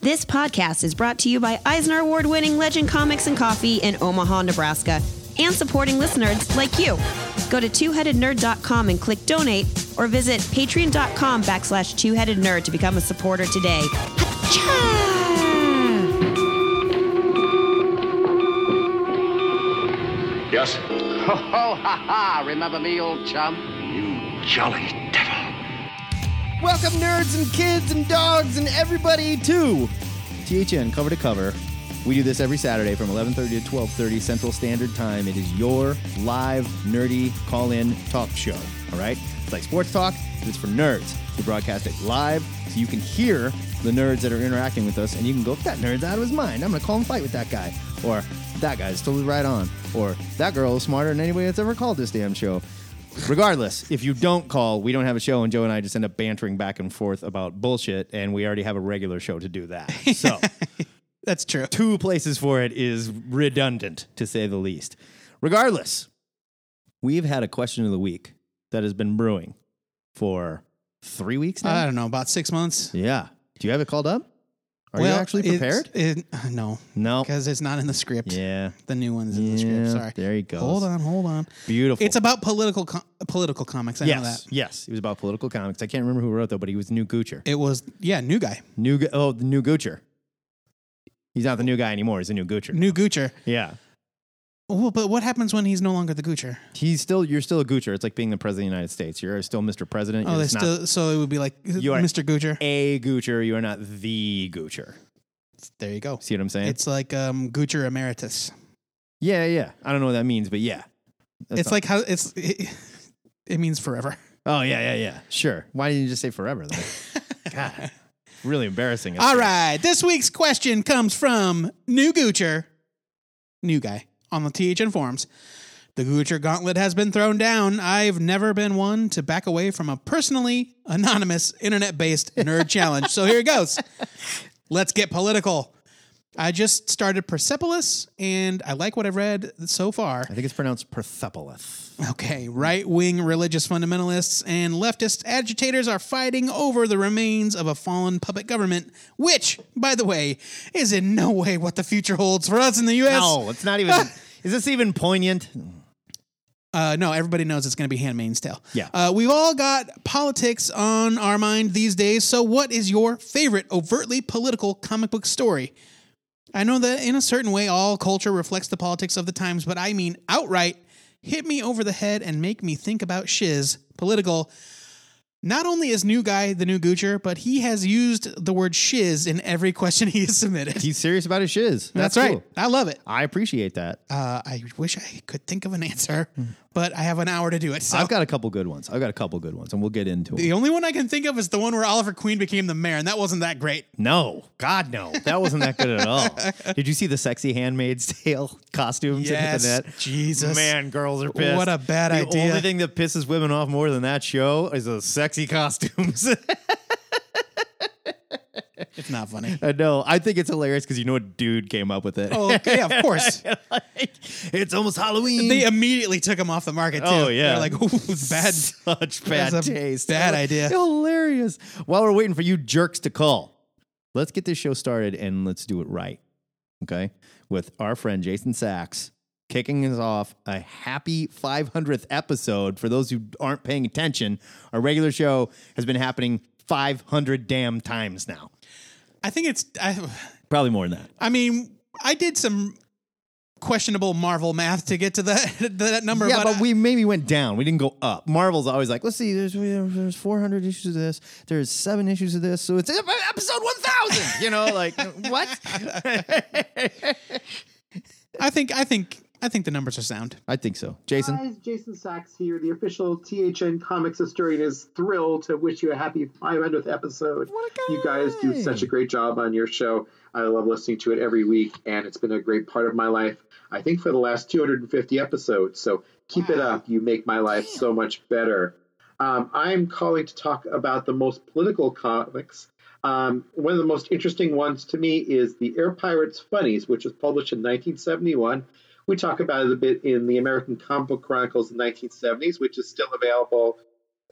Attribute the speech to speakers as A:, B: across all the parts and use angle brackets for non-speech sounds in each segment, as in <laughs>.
A: This podcast is brought to you by Eisner Award winning Legend Comics and Coffee in Omaha, Nebraska, and supporting listeners like you. Go to twoheadednerd.com and click donate, or visit patreon.com backslash twoheadednerd to become a supporter today. Achoo!
B: Yes.
C: Ho, ho, Oh, ha, ha. Remember me, old chum?
B: You jolly devil.
D: Welcome, nerds and kids and dogs and everybody to THN Cover to Cover. We do this every Saturday from 11:30 to 12:30 Central Standard Time. It is your live nerdy call-in talk show. All right, it's like sports talk, but it's for nerds. We broadcast it live, so you can hear the nerds that are interacting with us, and you can go, "That nerd's out of his mind. I'm gonna call and fight with that guy," or "That guy's totally right on," or "That girl is smarter than anybody that's ever called this damn show." Regardless, if you don't call, we don't have a show, and Joe and I just end up bantering back and forth about bullshit, and we already have a regular show to do that. So,
E: <laughs> That's true.
D: two places for it is redundant, to say the least. Regardless, we've had a question of the week that has been brewing for three weeks now.
E: I don't know, about six months.
D: yeah. Do you have it called up? Are
E: well,
D: you actually
E: it's-
D: prepared?
E: It, uh, no,
D: No.
E: because it's not in the script.
D: Yeah.
E: The new one's in the script.
D: Yeah,
E: Sorry.
D: there he goes.
E: Hold on, hold on. Oh.
D: Beautiful.
E: It's about political com- political comics. I know
D: yes.
E: that.
D: Yes. It was about political comics. I can't remember who wrote though, but he was New Goocher.
E: It was yeah, new guy,
D: New Gu- oh, the New Goocher. He's not the new guy anymore. He's the new Goocher.
E: new Goocher.
D: yeah.
E: Well, but what happens when he's no longer the Goocher?
D: He's still you're still a Goocher. It's like being the president of the United States. You're still Mr. President.
E: Oh,
D: You're
E: they
D: just not
E: still. So it would be like
D: You are-
E: Mr. Goocher.
D: a Goocher. You are not the Goocher.
E: There you go.
D: See what I'm saying?
E: It's like um, Goocher emeritus.
D: yeah, yeah. I don't know what that means, but yeah. That's
E: it's
D: not-
E: like how it's. <laughs> It, it means forever.
D: oh yeah, yeah, yeah. Sure. Why didn't you just say forever though?
E: <laughs>
D: God, really embarrassing.
E: All right. This week's question comes from New Goocher, new guy on the THN forums. The Goocher gauntlet has been thrown down. I've never been one to back away from a personally anonymous internet based nerd challenge. So here it goes. Let's get political. I just started Persepolis and I like what I've read so far.
D: I think it's pronounced Persepolis.
E: Okay, right wing religious fundamentalists and leftist agitators are fighting over the remains of a fallen puppet government, which, by the way, is in no way what the future holds for us in the U.S.
D: No, it's not
E: <laughs>
D: even. is this even poignant?
E: Uh, no, everybody knows it's going to be Handmaid's Tale.
D: Yeah.
E: Uh, we've all got politics on our mind these days. So, what is your favorite overtly political comic book story? I know that in a certain way, all culture reflects the politics of the times, but I mean outright hit me over the head and make me think about shiz political. Not only is new guy the new Goocher, but he has used the word shiz in every question he has submitted.
D: He's serious about his shiz. That's,
E: That's, right.
D: cool.
E: I love it.
D: I appreciate that.
E: Uh, I wish I could think of an answer,
D: Mm-hmm.
E: but I have an hour to do it. So.
D: I've got a couple good ones. I've got a couple good ones, and we'll get into it.
E: The only one I can think of is the one where Oliver Queen became the mayor, and that wasn't that great.
D: No, God, no. That wasn't that good at
E: <laughs>
D: all. Did you see the sexy Handmaid's <laughs> Tale costumes
E: Yes,
D: at the net?
E: Jesus.
D: Man, girls are pissed.
E: What a bad
D: the
E: idea.
D: The only thing that pisses women off more than that show is those sexy costumes. <laughs>
E: It's not funny.
D: I know. I think it's hilarious because you know a dude came up with it.
E: oh,
D: <laughs>
E: yeah, of course.
D: Like, it's almost Halloween.
E: They immediately took him off the market, too.
D: Oh, yeah.
E: They're like, ooh, bad.
D: Such bad
E: That's a
D: taste. Oh.
E: bad idea.
D: Hilarious. While we're waiting for you jerks to call, let's get this show started and let's do it right. Okay. With our friend Jason Sachs kicking us off a happy 500th episode. For those who aren't paying attention, our regular show has been happening 500 damn times now.
E: I think it's, I,
D: Probably more than that.
E: I mean, I did some questionable Marvel math to get to that, <laughs> that number.
D: Yeah, but
E: I-
D: we maybe went down. We didn't go up. Marvel's always like, let's see, there's there's 400 issues of this, there's seven issues of this, so it's episode 1,000. You know, like what?
E: I think, I think, I think the numbers are sound.
D: I think so, Jason.
F: Guys, Jason Sachs here, the official THN Comics historian, is thrilled to wish you a happy 500th episode. You guys do such a great job on your show. I love listening to it every week, and it's been a great part of my life, I think, for the last 250 episodes. So keep it up. You make my life so much better. Um, I'm calling to talk about the most political comics. Um, one of the most interesting ones to me is The Air Pirates Funnies, which was published in 1971. We talk about it a bit in the American Comic Book Chronicles of the 1970s, which is still available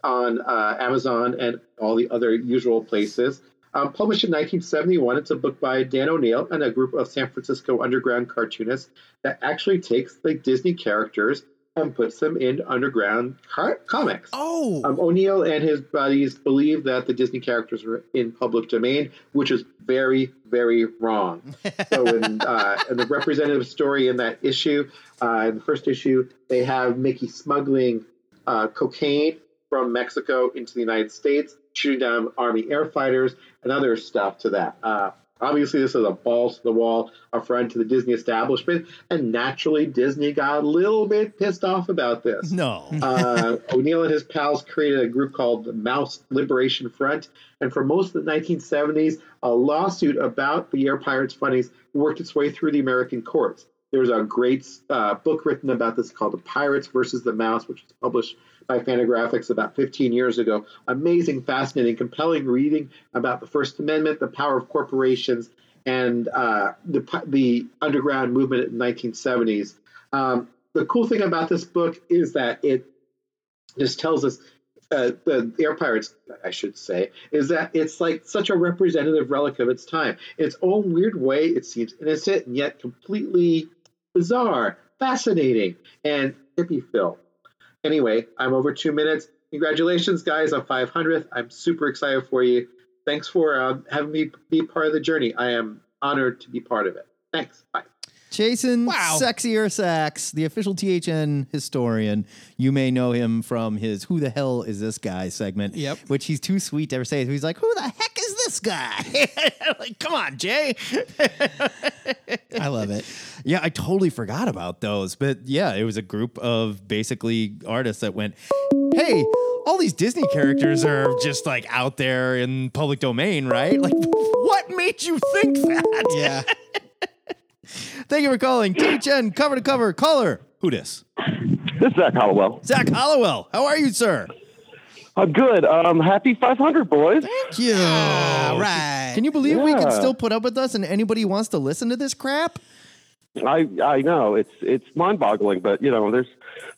F: on uh, Amazon and all the other usual places. Um, published in 1971, it's a book by Dan O'Neill and a group of San Francisco underground cartoonists that actually takes the Disney characters and puts them in underground car- comics.
E: Oh,
F: Um, O'Neill and his buddies believe that the Disney characters were in public domain, which is very, very wrong. so, in, uh, in the representative story in that issue, uh, in the first issue, they have Mickey smuggling uh, cocaine from Mexico into the United States, shooting down Army air fighters and other stuff to that. Uh, obviously, this is a balls to the wall, affront to the Disney establishment, and naturally, Disney got a little bit pissed off about this
D: No.
F: uh, O'Neill and his pals created a group called the Mouse Liberation Front. And for most of the 1970s, a lawsuit about the air pirates' fundings worked its way through the American courts. There's a great uh, book written about this called The Pirates versus the Mouse, which was published by Fantagraphics about 15 years ago. Amazing, fascinating, compelling reading about the First Amendment, the power of corporations, and uh, the, the underground movement in the 1970s. Um, the cool thing about this book is that it just tells us uh, the air pirates i should say is that it's like such a representative relic of its time in its own weird way it seems innocent and yet completely bizarre fascinating and hippie filled anyway i'm over two minutes congratulations guys on 500th i'm super excited for you thanks for um, having me be part of the journey i am honored to be part of it thanks bye
D: Jason
E: Wow.
D: Sexier Sacks, the official THN historian. You may know him from his Who the Hell Is This Guy segment,
E: Yep.
D: which he's too sweet to ever say. He's like, Who the heck is this guy? <laughs> like, come on, Jay.
E: I love it.
D: Yeah, I totally forgot about those. But yeah, it was a group of basically artists that went, hey, all these Disney characters are just like out there in public domain, right? <laughs> Like, what made you think that? <laughs>
E: Yeah.
D: Thank you for calling THN cover to cover caller. Who dis?
G: This is Zach Hollowell.
D: Zach Hollowell. How are you, sir?
G: I'm good. Um, happy 500, boys.
E: Cute. All right.
D: Can you believe we can
G: Yeah.
D: still put up with us and anybody wants to listen to this crap?
G: I I know it's it's mind-boggling, but you know there's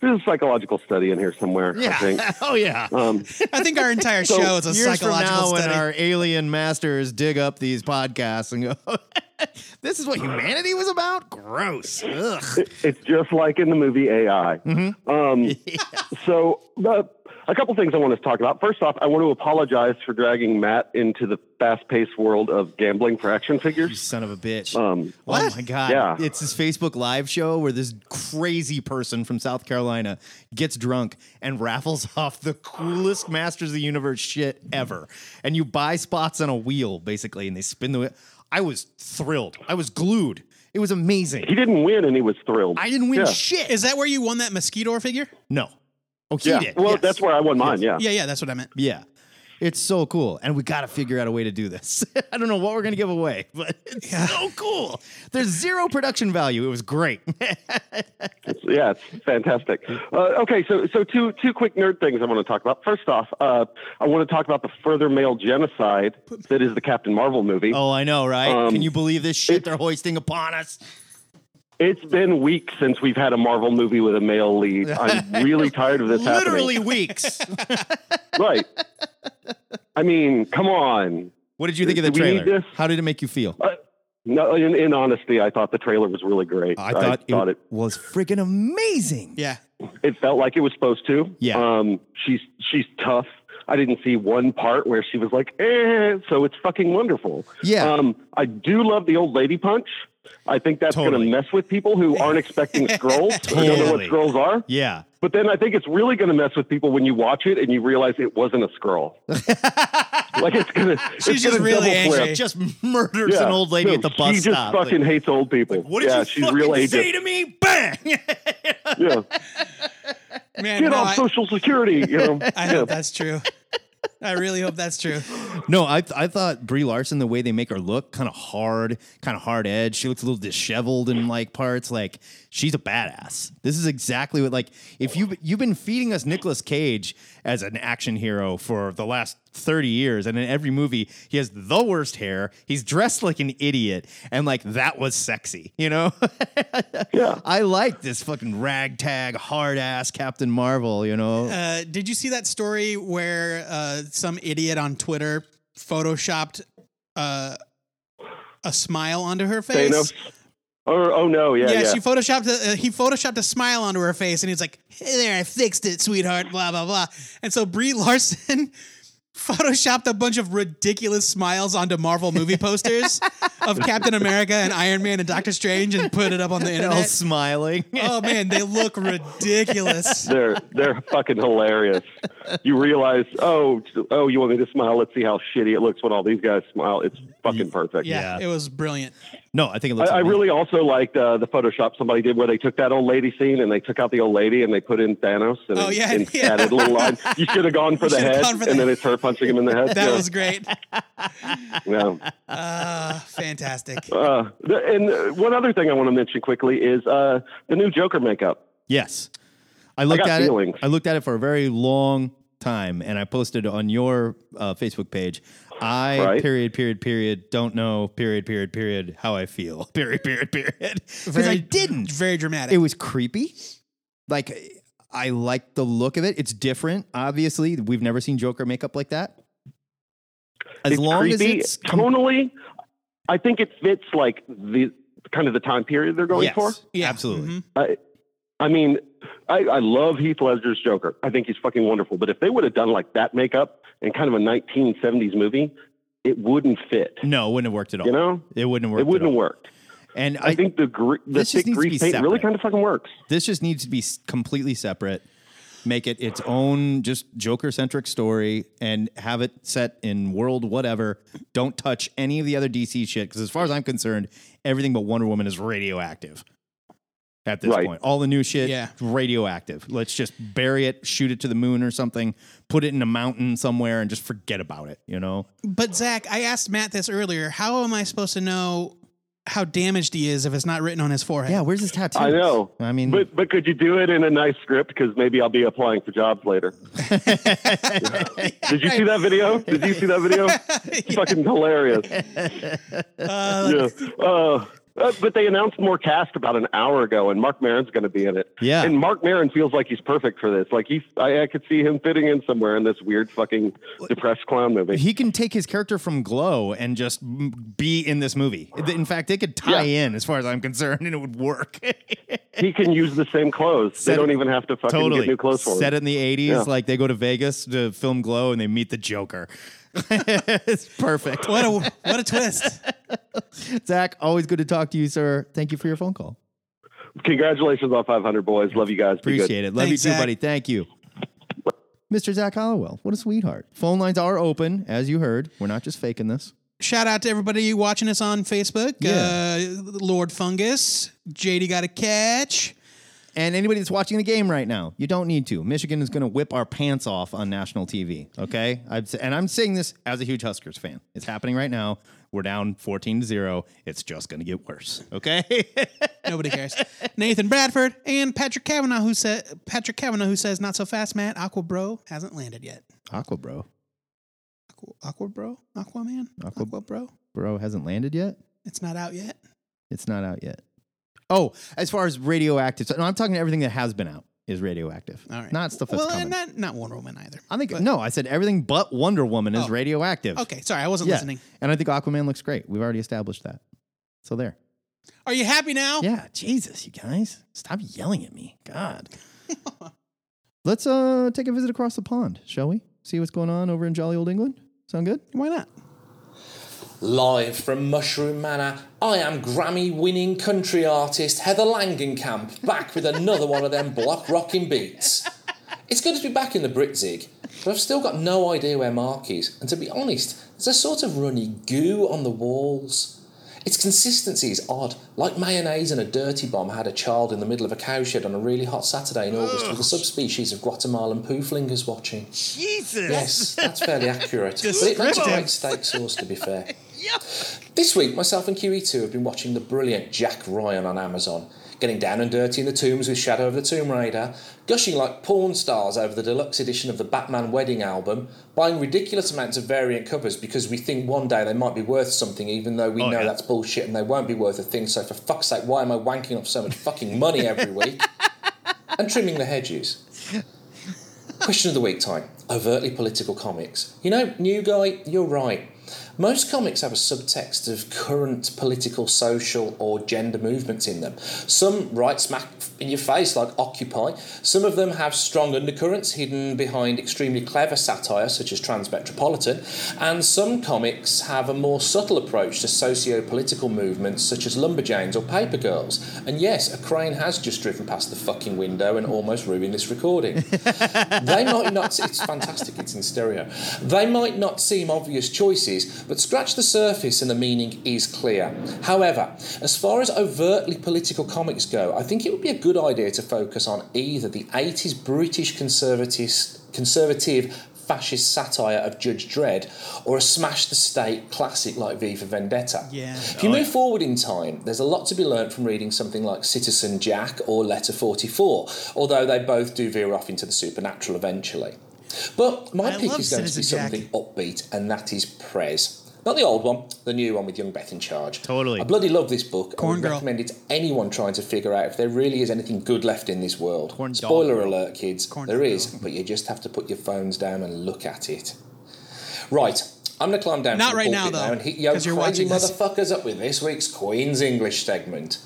G: there's a psychological study in here somewhere. I think.
D: <laughs> oh, yeah.
G: Um,
E: I think our entire
G: So,
E: show is a
D: Years from now,
E: psychological
D: when
E: study.
D: our alien masters dig up these podcasts and go, <laughs> "This is what humanity was about." Gross. Ugh.
G: it's just like in the movie AI.
D: Mm-hmm. <laughs>
G: Um, So the, a couple things I want to talk about. First off, I want to apologize for dragging Matt into the fast-paced world of gambling for action
D: You
G: figures.
D: son of a bitch.
G: Um,
D: Oh my god!
G: Yeah.
D: It's this Facebook Live show where this crazy person from South Carolina gets drunk and raffles <laughs> off the coolest Masters of the Universe shit ever, and you buy spots on a wheel basically, and they spin the wheel. I was thrilled. I was glued. It was
G: he
D: amazing.
G: didn't win, and he was thrilled.
D: I didn't win
G: Yeah.
D: shit.
E: Is that where you won that mosquito figure?
D: no. Oh, he
G: yeah.
D: did.
G: Well,
D: yes.
G: that's where I won mine. Yeah.
E: Yeah, yeah, that's what I meant. <laughs>
D: Yeah. It's so cool. And we got to figure out a way to do this. <laughs> I don't know what we're going to give away, but it's so cool. There's zero production value. It was great. <laughs>
G: It's- yeah, it's fantastic. Uh, okay, so so two two quick nerd things I want to talk about. First off, uh, I want to talk about the further male genocide that is the Captain Marvel movie.
D: oh, I know, right?
G: Um,
D: Can you believe this shit they're hoisting upon us?
G: It's been weeks since we've had a Marvel movie with a male lead.
D: <laughs>
G: I'm really tired of this
D: Literally
G: <laughs>
D: weeks.
G: happening.
D: <laughs>
G: Right. I mean, come on.
D: what did you think of the
G: Do we need
D: trailer?
G: this?
D: How did it make you feel?
G: Uh, no, in, in honesty, I thought the trailer was really great.
D: I thought,
G: thought
D: it,
G: it,
D: was freaking amazing.
E: Yeah.
G: it felt like it was supposed to.
D: Yeah.
G: Um, she's she's tough. I didn't see one part where she was like, eh, so it's fucking wonderful.
D: Yeah.
G: Um, I do love the old lady punch. I think that's
D: Totally.
G: going to mess with people who
D: <laughs>
G: aren't expecting scrolls. who don't know
D: Totally.
G: what scrolls are.
D: Yeah.
G: But then I think it's really going to mess with people when you watch it and you realize it wasn't a
D: <laughs>
G: scroll. like it's going to.
E: She's just really angry.
D: She just murders
G: Yeah.
D: an old lady
G: No,
D: at the bus
G: she just
D: stop.
G: fucking
D: Like,
G: hates old people.
D: what did
G: yeah,
D: you
G: she's
D: fucking
G: real
D: say
G: ageist.
D: to me? Bang!
G: Yeah.
E: <laughs> Man,
G: Get
E: no,
G: off
E: I,
G: Social Security. You know.
E: <laughs> I hope that's true. I really hope that's
G: <laughs>
E: true.
D: No, I, I thought Brie Larson, the way they make her look, kind of hard, kind of hard edge. She looks a little disheveled in like parts. Like she's a badass. This is exactly what like if you you've been feeding us Nicolas Cage as an action hero for the last thirty years, and in every movie he has the worst hair. He's dressed like an idiot, and like that was sexy, you know. <laughs>
G: Yeah.
D: I like this fucking ragtag hard ass Captain Marvel, you know.
E: Uh, did you see that story where uh, some idiot on Twitter photoshopped uh, a smile onto her face.
G: Thanos. Or oh no, yeah,
E: yeah,
G: yeah.
E: she photoshopped. A, uh, he photoshopped a smile onto her face, and he's like, "Hey there, I fixed it, sweetheart." Blah blah blah. And so Brie <laughs> Larson photoshopped a bunch of ridiculous smiles onto Marvel movie posters of Captain America and Iron Man and Doctor Strange, and put it up on the
D: And all
E: internet.
D: smiling.
E: Oh man, they look ridiculous.
G: <laughs> they're they're fucking hilarious. You realize, oh, t- oh, you want me to smile? Let's see how shitty it looks when all these guys smile. It's fucking perfect.
E: Yeah,
D: Yeah.
E: it was brilliant.
D: No, I think it
G: I,
D: looks.
G: I
D: amazing.
G: really also liked uh, the Photoshop somebody did where they took that old lady scene and they took out the old lady and they put in Thanos and,
E: Oh, yeah, <laughs>
G: and
E: yeah.
G: added a little line. You should
E: <laughs>
G: have gone for the
E: should've
G: head,
E: gone for the
G: and then
E: head.
G: it's her punching him in the head.
E: <laughs> That
G: yeah,
E: was great.
G: yeah.
E: Uh, fantastic.
G: Uh, the- and uh, one other thing I want to mention quickly is uh, the new Joker makeup.
D: Yes. I looked
G: got
D: at
G: feelings.
D: it. I looked at it for a very long time, and I posted on your uh, Facebook page. I
G: Right.
D: period period period don't know period period period how I feel <laughs> period period period because I
E: Very-
D: didn't.
E: Very dramatic.
D: It was creepy. Like I like the look of it. It's different. Obviously, we've never seen Joker makeup like that. As
G: it's
D: long
G: creepy.
D: as it's com-
G: tonally, I think it fits like the kind of the time period they're going
D: yes, Mm-hmm.
G: for.
E: Yeah.
D: absolutely.
E: Mhm.
G: I, I mean, I, I love Heath Ledger's Joker. I think he's fucking wonderful. But if they would have done like that makeup in kind of a 1970s movie, it wouldn't fit.
D: No, it wouldn't have worked at all.
G: You know,
D: it wouldn't have worked.
G: it wouldn't
D: at
G: have
D: all.
G: worked.
D: And
G: I, think the gre- the
D: this just
G: thick
D: needs to
G: grease
D: be
G: paint really
D: separate.
G: kind of fucking works.
D: this just needs to be s- completely separate make it its own just joker centric story and have it set in world whatever don't touch any of the other dc shit because as far as i'm concerned everything but wonder woman is radioactive at this
G: Right.
D: point all the new shit
E: Yeah.
D: radioactive let's just bury it shoot it to the moon or something put it in a mountain somewhere and just forget about it you know
E: But Zach, I asked Matt this earlier. How am I supposed to know how damaged he is if it's not written on his forehead?
D: yeah where's his tattoo
G: I know.
D: i mean
G: but but could you do it in a nice script? Because maybe I'll be applying for
D: <laughs>
G: jobs later. Did you see that video? Did you see that video? It's
D: <laughs>
G: fucking hilarious. yeah. Uh, uh, but they announced more cast about an hour ago, and Mark Maron's going to be in it.
D: Yeah.
G: and Mark Maron feels like he's perfect for this. Like he's, I, I could see him fitting in somewhere in this weird fucking depressed clown movie.
D: he can take his character from Glow and just m- be in this movie. In fact, they could tie in, as far as I'm concerned, <laughs> and it would work.
G: he can use the same clothes.
D: Set
G: they don't
D: it-
G: even have to fucking get new clothes for
D: Set
G: him.
D: in the 80s,
G: Yeah.
D: like they go to Vegas to film Glow and they meet the Joker. <laughs> it's perfect.
E: What a what a twist.
D: <laughs> Zach, always good to talk to you, sir. Thank you for your phone call.
G: Congratulations on 500 boys. Love you guys. Be good.
D: Appreciate it. Love
E: Thanks,
D: you too,
E: Zach.
D: buddy. Thank you. Mr. Zach Hollowell, what a sweetheart. Phone lines are open, as you heard. We're not just faking this.
E: Shout out to everybody watching us on Facebook.
D: Yeah.
E: Uh, Lord Fungus, JD got a catch.
D: And anybody that's watching the game right now, you don't need to. Michigan is going to whip our pants off on national TV. Okay, I've, and I'm saying this as a huge Huskers fan. It's happening right now. We're down 14 to zero. It's just going to get worse. Okay. <laughs>
E: Nobody cares. Nathan Bradford and Patrick Kavanaugh, who said Patrick Kavanaugh, who says not so fast, Matt Aqua Bro hasn't landed yet.
D: Aqua bro,
E: Aqua, Aqua Bro, Aquaman,
D: Aqua-
E: Aqua, Bro.
D: bro hasn't landed yet.
E: It's not out yet.
D: It's not out yet. Oh, as far as radioactive, so, no, I'm talking everything that has been out is radioactive.
E: All right.
D: Not stuff that's
E: well,
D: coming.
E: and not not Wonder Woman either.
D: I think no, I said everything but Wonder Woman is
E: Oh.
D: radioactive.
E: Okay, sorry, I wasn't
D: Yeah.
E: listening.
D: And I think Aquaman looks great. We've already established that. So there.
E: Are you happy now?
D: Yeah, Jesus, you guys, stop yelling at me.
E: <laughs>
D: God. Let's uh take a visit across the pond, shall we? See what's going on over in jolly old England. Sound good?
E: Why not?
H: Live from Mushroom Manor, I am Grammy winning country artist Heather Langenkamp, back with another one of them block rocking beats. It's good to be back in the Britzig, but I've still got no idea where Mark is, and to be honest, there's a sort of runny goo on the walls. Its consistency is odd, like mayonnaise and a dirty bomb had a child in the middle of a cowshed on a really hot Saturday in August with a subspecies of Guatemalan pooflingers watching. Yes, that's fairly <laughs> accurate. but it makes a great steak sauce, to be fair. This week, myself and QE2 have been watching the brilliant Jack Ryan on Amazon, getting down and dirty in the tombs with Shadow of the Tomb Raider, gushing like porn stars over the deluxe edition of the Batman Wedding album, buying ridiculous amounts of variant covers because we think one day they might be worth something, even though we know
D: yeah.
H: that's bullshit and they won't be worth a thing. So, for fuck's sake, why am I wanking up so much fucking money every week? and trimming the hedges. Question of the week time overtly political comics. You know, new guy, you're right. Most comics have a subtext of current political, social, or gender movements in them. Some right smack in your face, like Occupy. Some of them have strong undercurrents hidden behind extremely clever satire, such as Transmetropolitan. And some comics have a more subtle approach to socio political movements, such as Lumberjanes or Paper Girls. And yes, a crane has just driven past the fucking window and almost ruined this recording. they might not. It's fantastic. It's in stereo. They might not seem obvious choices, but scratch the surface and the meaning is clear. However, as far as overtly political comics go, I think it would be a good idea to focus on either the 80s British conservatis- conservative fascist satire of Judge Dredd or a smash the state classic like V for Vendetta.
E: Yeah.
H: If you move forward in time, there's a lot to be learned from reading something like Citizen Jack or Letter 44, although they both do veer off into the supernatural eventually. But my
E: I
H: pick
E: love
H: is going to be
E: Citizen Jack.
H: something upbeat, and that is Prez. Not the old one, the new one with young Beth in charge.
D: Totally.
H: I bloody love this book.
E: Corn
H: I would
E: Girl.
H: recommend it to anyone trying to figure out if there really is anything good left in this world.
D: Corn dog
H: Spoiler
D: girl.
H: alert, kids.
E: Corn
H: there
E: dog
H: is, but you just have to put your phones down and look at it. Right. I'm going to climb down to
E: Not
H: the
E: right now,
H: pulpit
E: though,
H: and hit yo
E: 'cause you're
H: crazy
E: watching this.
H: motherfuckers up with this week's Queen's English segment.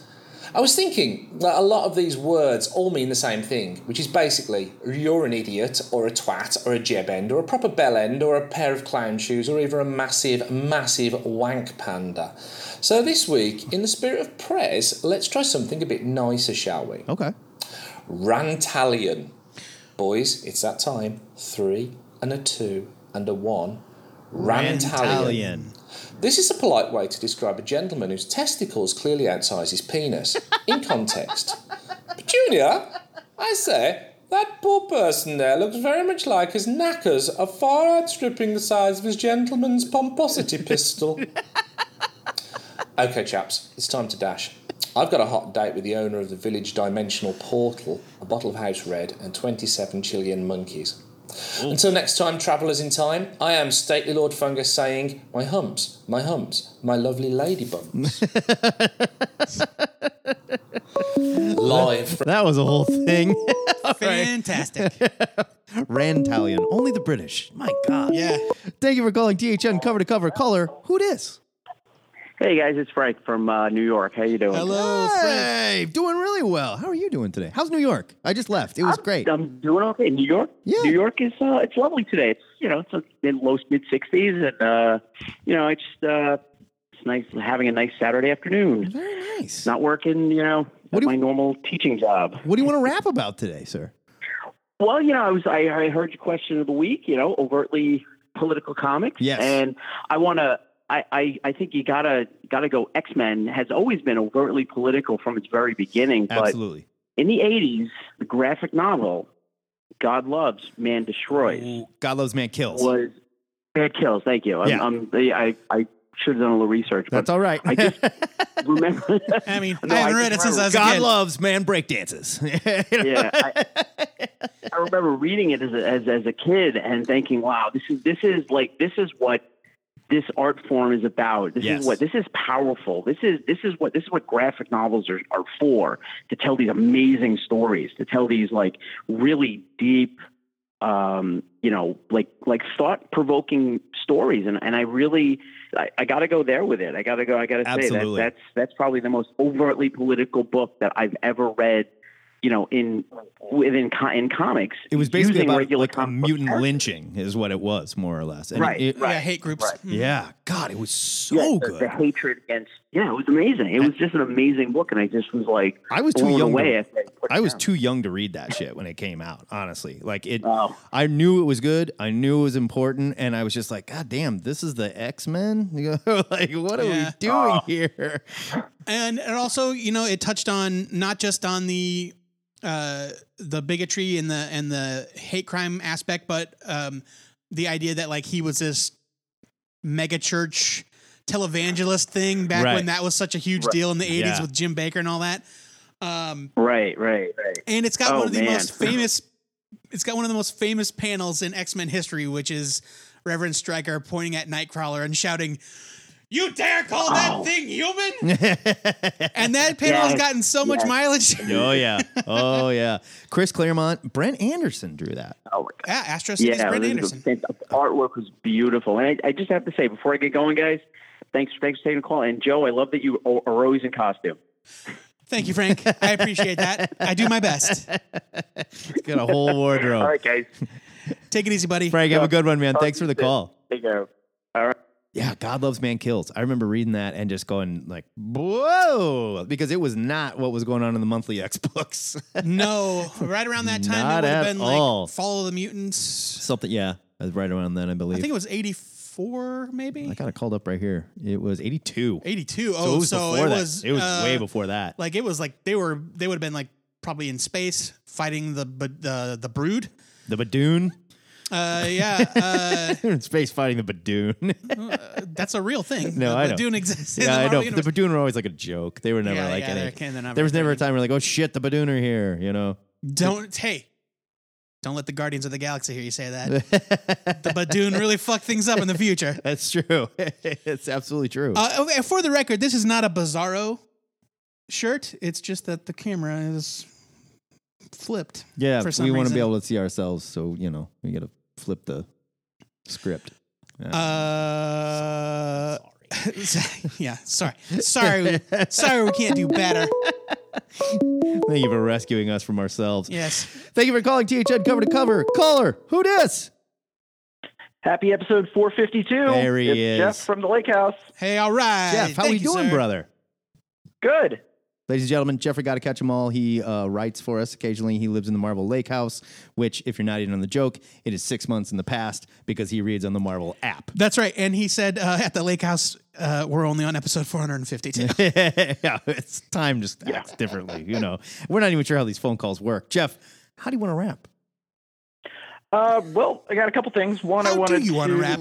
H: I was thinking that a lot of these words all mean the same thing, which is basically you're an idiot, or a twat, or a jeb end, or a proper bell end, or a pair of clown shoes, or even a massive, massive wank panda. So this week, in the spirit of prayers, let's try something a bit nicer, shall we?
D: Okay.
H: Rantalion. Boys, it's that time. Three and a two and a one. Rantalion. This is a polite way to describe a gentleman whose testicles clearly outsize his penis. In context. <laughs> Petunia, I say, that poor person there looks very much like his knackers are far outstripping the size of his gentleman's pomposity pistol. okay, chaps, it's time to dash. I've got a hot date with the owner of the village dimensional portal, a bottle of house red, and 27 Chilean monkeys. Until next time, travellers in time, I am stately Lord Fungus saying, My humps, my humps, my lovely lady bumps. Live from
D: <laughs> That was a whole thing. <laughs>
E: Fantastic.
D: Rantalion. Only the British. My God.
E: yeah.
D: Thank you for calling THN cover to cover. Caller, who dis?
I: Hey guys, it's Frank from uh, New York. How you doing?
E: Hello, Frank.
D: Hey, doing really well. How are you doing today? How's New York? I just left. It was great.
I: I'm doing okay. New York,
D: Yeah.
I: New York is uh, it's lovely today. It's you know it's uh, in low mid sixties, and uh, you know it's just uh, it's nice having a nice Saturday afternoon.
D: Very nice.
I: Not working, you know,
D: What
I: at
D: do
I: my
D: you-
I: normal teaching job.
D: What do you want to rap about today, sir?
I: Well, you know, I was I, I heard your question of the week. You know, overtly political comics.
D: Yes.
I: And I want to. I, I, I think you gotta gotta go. X Men has always been overtly political from its very beginning, but
D: Absolutely.
I: in the '80s, the graphic novel "God Loves, Man Destroys"
D: God loves man kills.
I: was it kills. Thank you. I'm,
D: Yeah.
I: I'm, I I should have done a little research,
D: That's
I: but
D: all right.
E: <laughs>
I: I just remember.
E: I mean,
I: <laughs> No,
E: I haven't
I: I
E: read it
I: just
E: since I was a
D: God
E: kid.
D: loves man <laughs> breakdances.
I: yeah, I, I remember reading it as a, as as a kid and thinking, "Wow, this is this is like this is what this art form is about. This
D: Yes.
I: is what this is powerful. This is this is what this is what graphic novels are are for to tell these amazing stories, to tell these like really deep." um you know like like thought provoking stories and and i really i, I got to go there with it i got to go i got to say that
D: Absolutely.
I: that's that's probably the most overtly political book that i've ever read you know, in within co- in comics.
D: It was basically
I: using
D: about
I: regular
D: like a
I: comic book
D: mutant
I: characters.
D: lynching, is what it was, more or less. And
I: Right,
D: it-
E: Yeah,
I: right.
E: hate groups. Mm-hmm.
I: right.
D: Yeah. God, it was so
I: Yeah, the,
D: good.
I: the hatred against. Yeah, it was amazing. It was just an amazing book, and I just was like,
D: I was too
I: blown
D: young to-
I: Away after put
D: I
I: it
D: was
I: down.
D: too young to read that shit when it came out, honestly. Like it
I: Wow.
D: I knew it was good, I knew it was important, and I was just like, God damn, this is the X-Men? <laughs> You know, like, what are
E: Yeah.
D: we doing here?
E: and and also you know it touched on not just on the uh the bigotry and the and the hate crime aspect but um the idea that like he was this mega church televangelist thing back
D: Right.
E: when that was such a huge deal in the 80s
D: Yeah.
E: with Jim Baker and all that um
I: Right, right, right.
E: and it's got
I: Oh,
E: one of the
I: man.
E: most famous it's got one of the most famous panels in X-Men history which is Reverend Stryker pointing at Nightcrawler and shouting You dare call that
J: Oh.
D: <laughs>
E: thing human? and that panel has
J: Yes,
E: gotten so much
J: yes.
E: mileage. <laughs> yeah,
D: Oh yeah. Oh yeah. Chris Claremont, Brent Anderson drew that.
J: Oh my god.
E: Astro City's
J: Yeah,
E: Brent
J: this is
E: Anderson.
J: a fan- the artwork was beautiful, and I, I just have to say before I get going, guys, thanks, thanks for taking the call. And Joe, I love that you are are always in costume.
E: Thank you, Frank. I appreciate that. I do my best.
D: It's got a whole wardrobe.
J: All right, guys,
E: Take it easy, buddy.
D: Frank, have a good one, man.
J: Talk
D: Thanks
J: to
D: for
J: you
D: the
J: soon.
D: call.
J: there you go.
D: Yeah, God Loves Man Kills. I remember reading that and just going like, whoa, because it was not what was going on in the monthly <laughs> X books.
E: No, right around that time,
D: Not
E: it would have
D: at
E: been
D: all.
E: like Follow the Mutants.
D: Something, yeah, I was right around then, I
E: I
D: believe.
E: think it was 84, maybe?
D: I got it called up right here. It was 82.
E: 82.
D: So
E: Oh, so
D: before
E: it
D: that.
E: was,
D: it was way
E: uh,
D: before that.
E: Like it was like they were they would have been like probably in space fighting the but the the brood.
D: The Badoon.
E: Uh, yeah,
D: <laughs>
E: uh,
D: They're in space fighting the Badoon.
E: that's a real <laughs> thing.
D: No,
E: the,
D: I
E: the
D: know.
E: Dune exists. in the
D: yeah, I
E: Marvel
D: know. The
E: Universe.
D: Badoon were always like a joke. They were never
E: Yeah,
D: like
E: yeah,
D: any.
E: they're- they're never
D: There was never a
E: anything.
D: time where like, oh shit, the Badoon are here, you know?
E: Don't hey, don't let the Guardians of the Galaxy hear you say that. the Badoon really fucked things up in the future.
D: <laughs> That's true. it's absolutely true.
E: Uh, okay, for the record, this is not a Bizarro shirt. It's just that the camera is flipped.
D: Yeah,
E: for some
D: we want to
E: reason.
D: be able to see ourselves, so you know we got to flip the script.
E: Uh, <laughs> yeah, sorry,
D: <laughs>
E: sorry, sorry, we can't do better.
D: Thank you for rescuing us from ourselves. Oh,
E: Yes.
D: Thank you for calling THN cover to cover. Caller, who dis?
J: Happy episode 452.
D: There he
J: it's
D: is.
J: Jeff from the Lake House.
E: Hey, all right.
D: Jeff, how
E: Thank
D: we
E: you,
D: doing,
E: sir.
D: brother?
J: Good.
D: Ladies and gentlemen, Jeffrey got to catch 'em all. He uh, writes for us occasionally. He lives in the Marvel Lake House, which, if you're not in on the joke, it is six months in the past because he reads on the Marvel app. <laughs>
E: That's right. And he said uh, at the lake house, uh, we're only on episode 452.
D: yeah, it's time just acts differently. You know, we're not even sure how these phone calls work. Jeff, how do you want to rap?
J: Uh, well, I got a couple things. One, I
E: how do
J: wanted
E: you want to rap?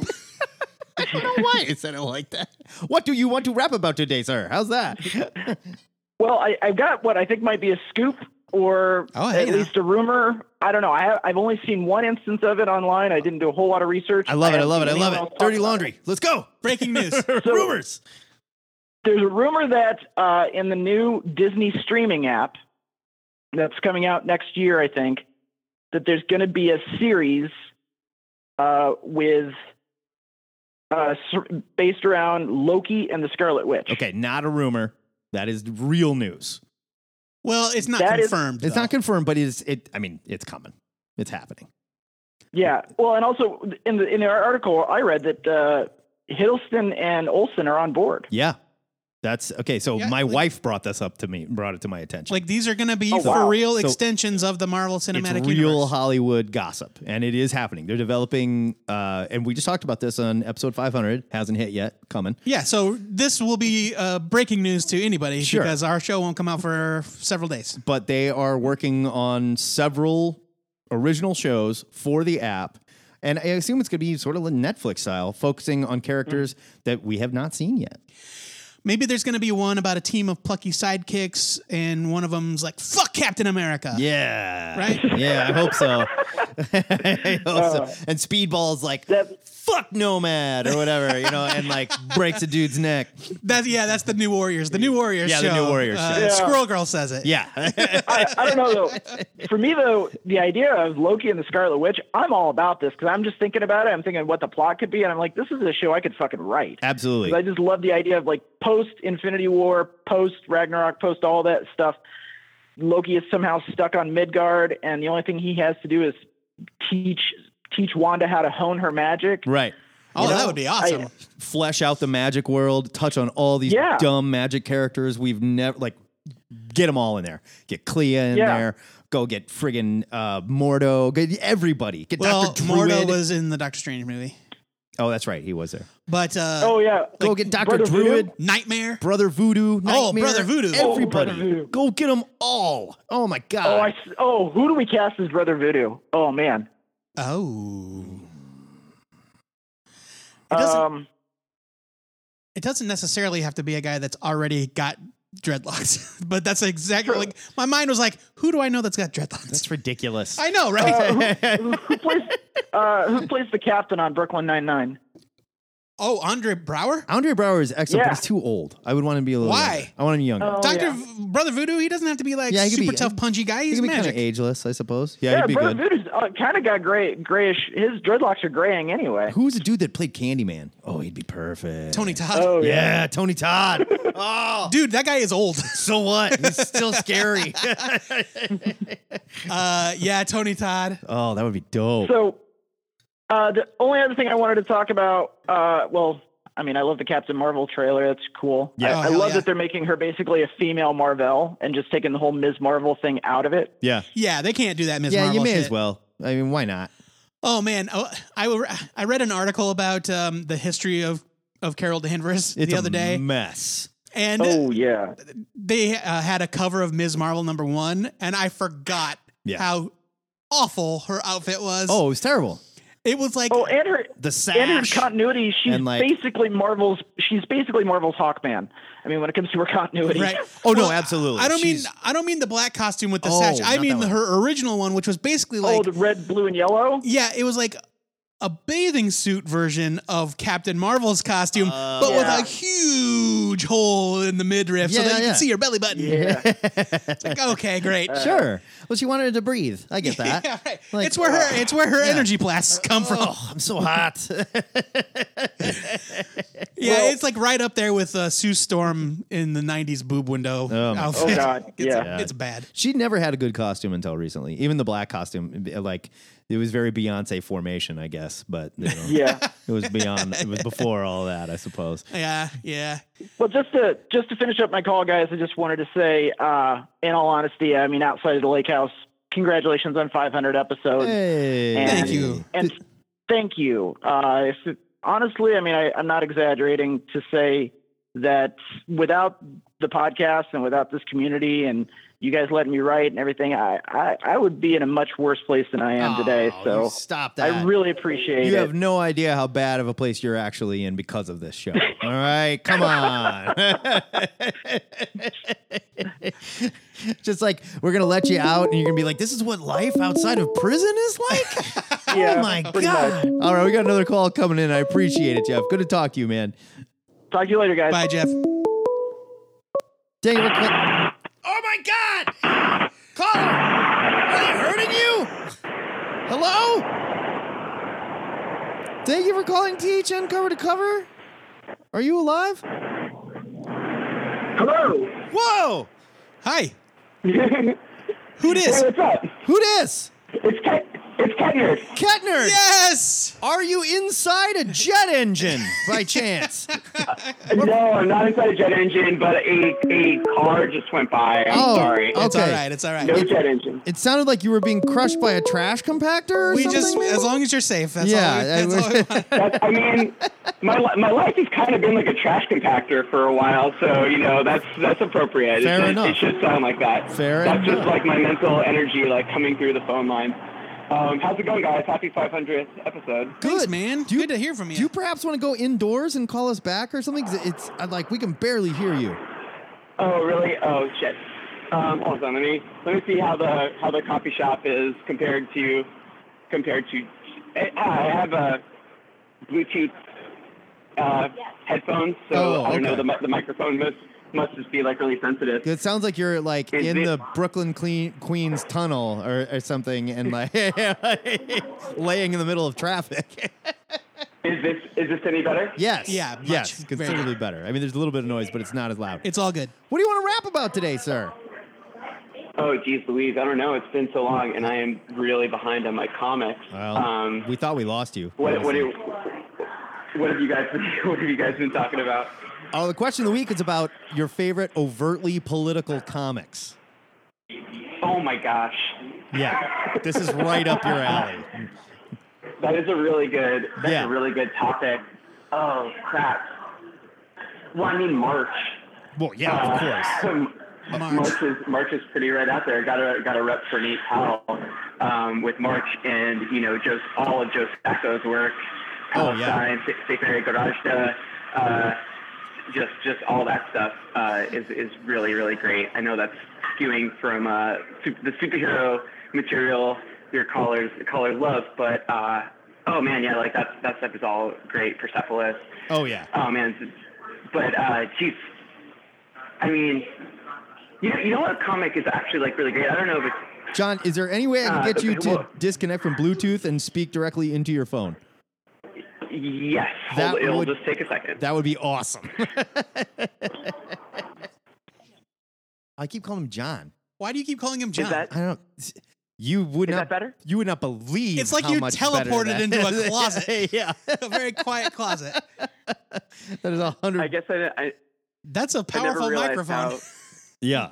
D: I don't know why it said it like that. What do you want to rap about today, sir? How's that?
J: Well, I, I've got what I think might be a scoop or
E: Oh, hey,
J: at
E: now.
J: least a rumor. I don't know. I have, I've only seen one instance of it online. I didn't do a whole lot of research.
D: I love it. I
J: haven't
D: love it.
J: seen
D: I love
J: anyone else
D: it.
J: talk
D: Dirty
J: about
D: laundry. Let's go.
E: Breaking news.
D: Rumors.
J: There's a rumor that uh, in the new Disney streaming app that's coming out next year, I think, that there's going to be a series uh, with uh, sur- based around Loki and the Scarlet Witch.
D: Okay, not a rumor. That is real news.
E: Well, it's not
J: That is-
E: confirmed.
D: It's
E: though.
D: not confirmed, but it's it. I mean, it's coming. It's happening.
J: Yeah. Well, and also in the in our article, I read that uh, Hiddleston and Olsen are on board.
D: Yeah, that's okay. So
E: Yeah,
D: my
E: like-
D: wife brought this up to me, brought it to my attention.
E: Like these are going to be
J: Oh,
E: for
J: wow.
E: real
D: So-
E: extensions of the Marvel Cinematic
D: it's real
E: Universe.
D: Hollywood gossip, and it is happening. They're developing, uh, and we just talked about this on episode 500. Hasn't hit yet. Coming.
E: yeah, so this will be uh, breaking news to anybody
D: Sure.
E: because our show won't come out for several days.
D: but they are working on several original shows for the app. And I assume it's going to be sort of Netflix style, focusing on characters that we have not seen yet.
E: Mm. Maybe there's going to be one about a team of plucky sidekicks, and one of them's like, "Fuck Captain America."
D: Yeah.
E: Right? Uh,
D: Yeah, I hope
E: <laughs>
D: so. <laughs> I hope so. And Speedball's like,
J: That-
D: fuck Nomad or whatever, you know, and
E: <laughs>
D: like breaks a dude's neck.
E: That's yeah, that's the New Warriors. The New Warriors.
D: Yeah, the
E: show.
D: New Warriors
E: Uh,
D: show.
J: Yeah.
E: Squirrel Girl says it.
D: Yeah.
J: I, I don't know though. For me though, the idea of Loki and the Scarlet Witch, I'm all about this because I'm just thinking about it. I'm thinking what the plot could be, and I'm like, this is a show I could fucking write. 'Cause I
D: Absolutely.
J: just love the idea of like post Infinity War, post Ragnarok, post all that stuff. Loki is somehow stuck on Midgard, and the only thing he has to do is teach teach Wanda how to hone her magic.
D: Right.
E: Oh,
J: You
E: that
J: know,
E: would be awesome.
J: I-
D: Flesh out the magic world, touch on all these
J: Yeah.
D: dumb magic characters we've never, like, get them all in there. Get Clea in
J: Yeah.
D: there. Go get friggin' uh, Mordo. Get everybody. Get
E: well,
D: Dr. Druid.
E: Mordo was in the Doctor Strange movie,
D: oh, that's right. He was there.
E: but uh,
J: Oh yeah,
D: Go get Dr.
J: Brother Voodoo?
D: Druid.
E: Nightmare.
D: Brother Voodoo.
E: Oh,
D: Nightmare,
E: Brother Voodoo. Oh,
D: Everybody.
J: Brother Voodoo.
D: Go get them all. Oh, my God.
J: Oh, I s oh, who do we cast as Brother Voodoo? Oh man,
E: Oh, It doesn't-
J: um,
E: it doesn't necessarily have to be a guy that's already got dreadlocks, <laughs> but that's exactly
J: True.
E: like my mind was like, who do I know that's got dreadlocks?
D: That's ridiculous.
E: I know, right? <laughs>
J: uh, who plays uh, who plays the captain on Brooklyn Nine Nine?
E: Oh, Andre Brower?
D: Andre Brower is excellent,
K: Yeah.
D: but he's too old. I would want him to be a little.
E: Why?
D: younger. I want him younger.
K: Oh,
E: Dr.
K: yeah.
E: V- Brother Voodoo, he doesn't have to be like
D: Yeah, he could
E: super
D: be-
E: tough, punchy guy.
D: he
E: He's
D: could be kind of
E: magic.
D: ageless, I suppose. Yeah,
J: Yeah,
D: he'd be
J: Brother
D: good.
J: Voodoo's uh, kind of got gray, grayish. His dreadlocks are graying anyway.
D: Who's a dude that played Candyman? Oh, he'd be perfect.
E: Tony Todd.
J: Oh
D: Yeah,
J: yeah.
D: Tony Todd. oh,
E: Dude, that guy is
D: <laughs>
E: old.
D: so what? He's
E: <laughs>
D: still scary. <laughs>
E: Uh, yeah, Tony Todd.
D: oh, that would be dope.
J: So, uh, the only other thing I wanted to talk about, uh, well, I mean, I love the Captain Marvel trailer. That's cool.
D: Yeah.
J: I,
E: Oh,
J: I
E: hell
J: love
E: yeah.
J: that they're making her basically a female Marvel and just taking the whole Ms. Marvel thing out of it.
D: yeah,
E: Yeah, they can't do that, Ms.
D: yeah,
E: Marvel
D: you may
E: shit.
D: as well. I mean, why not?
E: Oh man, oh, I will- I read an article about um, the history of of Carol Danvers
D: It's
E: the other
D: a
E: day,
D: mess.
E: and
J: Oh yeah,
E: they uh, had a cover of Ms. Marvel number one, and I forgot
D: Yeah.
E: how awful her outfit was.
D: Oh, it was terrible.
E: it was like
J: Oh, and her
D: The
J: and her
D: sash.
J: continuity. She's
D: And, like-
J: basically Marvel's. She's basically Marvel's Hawkman. I mean, when it comes to her continuity, <laughs>
E: right.
D: Oh, no, absolutely.
E: I don't
D: She's-
E: mean I don't mean the black costume with the
D: Oh,
E: sash. I
D: not
E: mean
D: that one.
E: her original one, which was basically
J: oh,
E: like
J: the red, blue, and yellow.
E: yeah, it was like a bathing suit version of Captain Marvel's costume,
D: uh, Oh,
E: but
J: Yeah.
E: with a huge hole in the midriff so
D: Yeah,
E: that you
D: yeah.
E: can see her belly button.
J: Yeah.
E: Like, okay, great.
D: sure. Well, she wanted to breathe. I
E: <laughs>
D: get that.
E: Yeah, right.
D: Like,
E: it's where her it's where her energy blasts come from.
D: Oh, I'm so
E: <laughs>
D: hot.
E: yeah, it's like right up there with uh, Sue Storm in the '90s boob window
D: Oh, my
E: outfit.
J: Oh, God.
E: Um, <laughs> it's,
J: Yeah.
E: it's bad.
D: she never had a good costume until recently. Even the black costume, like it was very Beyonce formation, I guess. But you
J: <laughs>
D: know,
J: Yeah.
D: it was beyond. It was before all that, I suppose.
E: Yeah, yeah.
J: Well, just to just to finish up my call, guys, I just wanted to say, uh, in all honesty, I mean, outside of the lake house, congratulations on 500 episodes.
D: Hey,
J: And-
E: Thank you.
J: And thank you. Uh, if, honestly, I mean, I, I'm not exaggerating to say that without the podcast and without this community and you guys letting me write and everything, I, I, I would be in a much worse place than I am
D: Oh,
J: today.
D: you
J: So
D: stop that.
J: I really appreciate
D: You
J: it.
D: have no idea how bad of a place you're actually in because of this show. All
J: <laughs>
D: right, come on. <laughs> Just like we're gonna let you out, and you're gonna be like, "This is what life outside of prison is like."
E: <laughs>
J: Yeah,
D: oh my
J: pretty
D: god! All right, we got another call coming in. I appreciate it, Jeff. Good to talk to you, man.
J: Talk to you later, guys.
E: Bye, Jeff.
D: Dang it! we're cl- oh my god! Caller, are they hurting you? Hello? Thank you for calling THN Cover to Cover. Are you alive?
K: Hello.
D: Whoa!
J: <laughs>
E: Hi.
K: hey,
E: Who dis?
K: what's up?
D: Who dis?
K: It's Ken. It's Ken here.
D: Kettner!
E: Yes.
D: Are you inside a jet engine by chance?
K: No, I'm not inside a jet engine, but a, a car just went by. I'm
D: Oh,
K: sorry.
D: oh.
E: It's
D: Okay.
E: all right. It's all right.
K: No jet engine.
D: it sounded like you were being crushed by a trash compactor or
E: we
D: something.
E: just as long as you're safe. That's
D: Yeah,
E: all. We, that's
D: I-
E: all we
D: <laughs>
E: want.
K: That's, I mean, my li- my life has kind of been like a trash compactor for a while, so you know that's that's appropriate.
D: Fair
K: it,
D: enough.
K: It should sound like that.
D: Fair
K: That's
D: enough.
K: just like my mental energy, like coming through the phone line. Um, how's it going, guys? Happy 500th episode.
E: Thanks, man.
D: Do you-
E: Good to hear from you.
D: Do you perhaps want to go indoors and call us back or something? 'Cause It's I'm like we can barely hear you.
K: Oh, really? Oh, shit. Um, hold on. Let me let me see how the how the coffee shop is compared to compared to. I I have a Bluetooth uh, headphones, so
D: Oh,
K: I don't know
D: okay.
K: the mi- the microphone must must just be like really sensitive.
D: It sounds like you're like
K: Is
D: in
K: it-
D: the Brooklyn Cle- Queens tunnel or, or something, and like <laughs> laying in the middle of traffic. <laughs>
K: Is this is this any better?
D: yes.
E: Yeah, much.
D: yes.
E: Very good.
D: Considerably better. I mean, there's a little bit of noise, but it's not as loud.
E: It's all good.
D: what do you want to rap about today, sir?
K: Oh, geez, Louise, I don't know. It's been so long, and I am really behind on my comics.
D: Well,
K: um,
D: we thought we lost you.
K: what what,
D: honestly.
K: do- what have you guys what have you guys been <laughs> talking about?
D: Oh, the question of the week is about your favorite overtly political comics.
K: Oh my gosh,
D: Yeah, this is right up your alley.
K: <laughs> that is a really good that's
D: Yeah.
K: a really good topic. Oh crap. Well, I mean March.
D: Well, yeah, of course.
E: March.
K: Uh, March. is March is pretty right out there. Got to got to rep for Nate Powell um, with March and you know just all of Joe Sacco's work,
D: Oh, yeah.
K: Palestine, Sa- Safe Area Garage, uh, uh, just just all that stuff uh, is is really really great. I know that's skewing from uh, su- the superhero material your callers callers love, but uh,
L: Oh man, yeah, like that that stuff is all great. Persepolis.
D: Oh yeah.
L: Oh man, but uh, geez, I mean, you know, you know what comic is actually like really great. I don't know if it's
D: John, is there any way I can
L: Uh,
D: get you to
L: well-
D: disconnect from Bluetooth and speak directly into your phone?
L: yes.
D: That
L: Hold, it'll
D: would-
L: just take a second.
D: That would be awesome. I keep calling him John.
E: Why do you keep calling him John?
D: I don't. You would
E: Is
D: not.
E: that better?
D: You would not believe.
E: it's like
D: how
E: you
D: much better
E: teleported
D: that-
E: into a closet.
D: <laughs> yeah,
E: a very quiet
K: <laughs>
E: closet.
D: that is a hundred.
K: I guess I, I,
E: That's a
K: I never
E: powerful
K: realized
E: microphone.
K: how-
D: Yeah.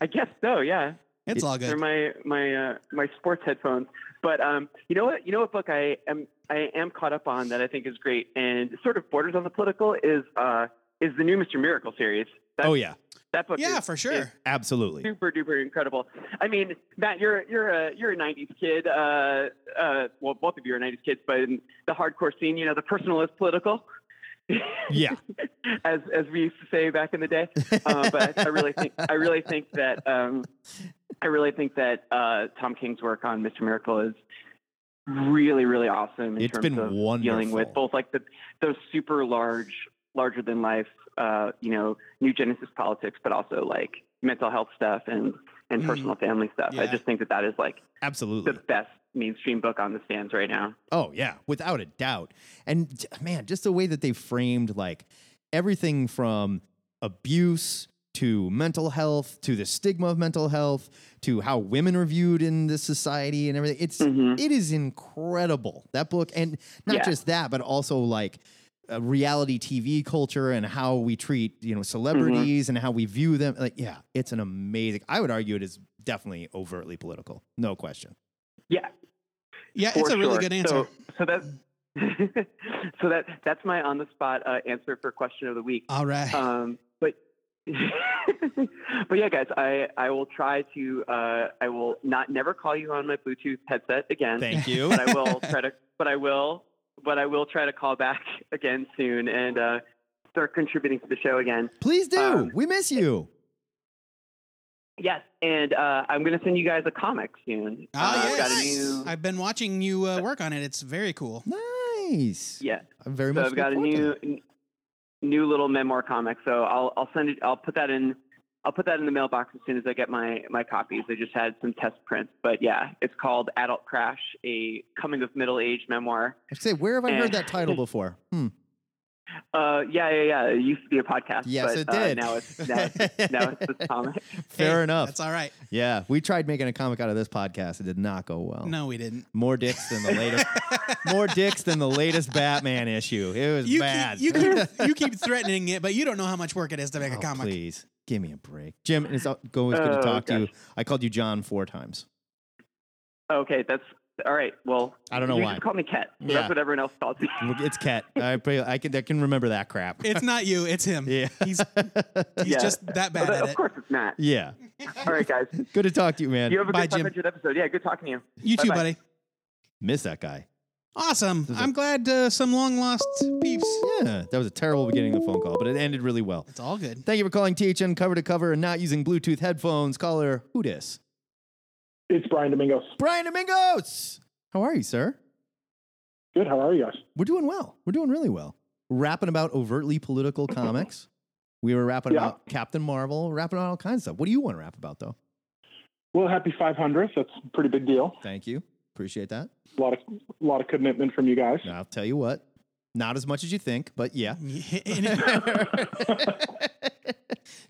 K: I guess so. Yeah.
E: It's all good.
K: They're my my uh, my sports headphones. But um, you know what? You know what book I am I am caught up on that I think is great and sort of borders on the political is uh is the new Mister Miracle series. That,
D: Oh yeah.
K: that book.
E: Yeah,
K: is-
E: for sure.
D: Absolutely.
K: super duper incredible. I mean, Matt, you're you're a you're a '90s kid. Uh, uh, well, both of you are '90s kids, but in the hardcore scene, you know, the personal is political,
D: Yeah.
K: as as we used to say back in the day. Uh, but I, I really think I really think that um, I really think that uh, Tom King's work on Mr. Miracle is really really awesome. In
D: It's
K: terms
D: been
K: of dealing with
D: wonderful.
K: both like the those super large, larger than life, uh, you know, new Genesis politics, but also like mental health stuff and and
E: Mm.
K: personal family stuff. I
E: Yeah.
K: just think that that is like
D: Absolutely.
K: the best mainstream book on the stands right now.
D: Oh yeah, without a doubt. And j- man, just the way that they framed like everything from abuse to mental health to the stigma of mental health to how women are viewed in this society and everything. It's it is incredible that book, and not
K: Yeah.
D: just that, but also like. uh reality TV culture and how we treat you know celebrities and how we view them like yeah it's an amazing I would argue it is definitely overtly political no question
K: Yeah,
E: Yeah, it's
K: for
E: a really
K: sure.
E: good answer.
K: So, so that <laughs> so that that's my on the spot uh, answer for question of the week.
E: all right.
K: Um, but <laughs> but yeah, guys, I I will try to uh, I will not never call you on my Bluetooth headset again.
D: thank you
K: But I
E: <laughs>
K: will try to. But I will. But I will try to call back <laughs> again soon and uh, start contributing to the show again.
D: please do
K: Um,
D: we miss you
K: Yes, and uh, I'm going to send you guys a comic soon.
E: Oh,
K: uh, I've got a
E: yes.
K: new.
E: I've been watching you uh, work on it. It's very cool.
D: Nice.
K: Yeah.
D: I'm very
K: So
D: much.
K: I've got a
D: looking
K: new
D: forward
K: n- new little memoir comic. So I'll I'll send it. I'll put that in. I'll put that in the mailbox as soon as I get my my copies. I just had some test prints, but yeah, it's called Adult Crash: A Coming of Middle Age
D: to
K: Memoir.
D: it. I say, where have I heard
K: and-
E: <laughs>
D: that title before? Hmm.
K: Uh, yeah, yeah, yeah. It used to be a podcast.
D: Yes,
K: but,
D: it
K: uh,
D: did.
K: now it's now
D: <laughs>
K: it's, now it's this comic.
D: Fair
E: Hey,
D: enough.
E: That's all right.
D: Yeah, we tried making a comic out of this podcast. It did not go well.
E: No, we didn't.
D: More dicks than the
E: <laughs>
D: latest. more dicks than the latest Batman issue. It was
E: You
D: bad.
E: keep, you
D: <laughs>
E: keep you keep threatening it, but you don't know how much work it is to make a
D: Oh,
E: comic.
D: Please give me a break, Jim. It's al- always good to
K: Oh,
D: talk to you.
K: gosh.
D: I called you John four times.
K: Okay, that's all right. Well,
D: I don't know
K: you
D: why.
K: Just call me Cat.
D: Yeah.
K: That's what everyone else calls me.
D: It's Ket. I, pre- I can I can remember that crap.
E: It's not you. It's him.
D: yeah.
E: He's he's
K: Yeah.
E: just that bad
K: Although,
E: at
K: of
E: it.
K: course, it's Matt.
D: <laughs> yeah.
K: All right, guys.
D: <laughs> Good to talk to you, man.
K: You have a
E: Bye,
K: good
E: Jim.
K: 500 episode. Yeah, good talking to you.
E: You too,
K: Bye-bye.
E: buddy.
D: Miss that guy.
E: Awesome.
D: This is
E: I'm
D: a-
E: glad uh, some long lost peeps.
D: Yeah, that was a terrible beginning of the phone call, but it ended really well.
E: It's all good.
D: Thank you for calling THN cover to cover and not using Bluetooth headphones. Caller, who dis?
M: It's Brian Domingos.
D: Brian Domingos. How are you, sir?
M: Good. How are you guys?
D: We're doing well. We're doing really well. We're rapping about overtly political comics. We were rapping
M: Yeah.
D: about Captain Marvel, We're rapping about all kinds of stuff. What do you want to rap about, though?
M: Well, happy 500th. That's a pretty big deal.
D: Thank you. Appreciate that.
M: A lot of a lot of commitment from you guys.
D: And I'll tell you what, not as much as you think, but yeah.
E: And it-
D: <laughs>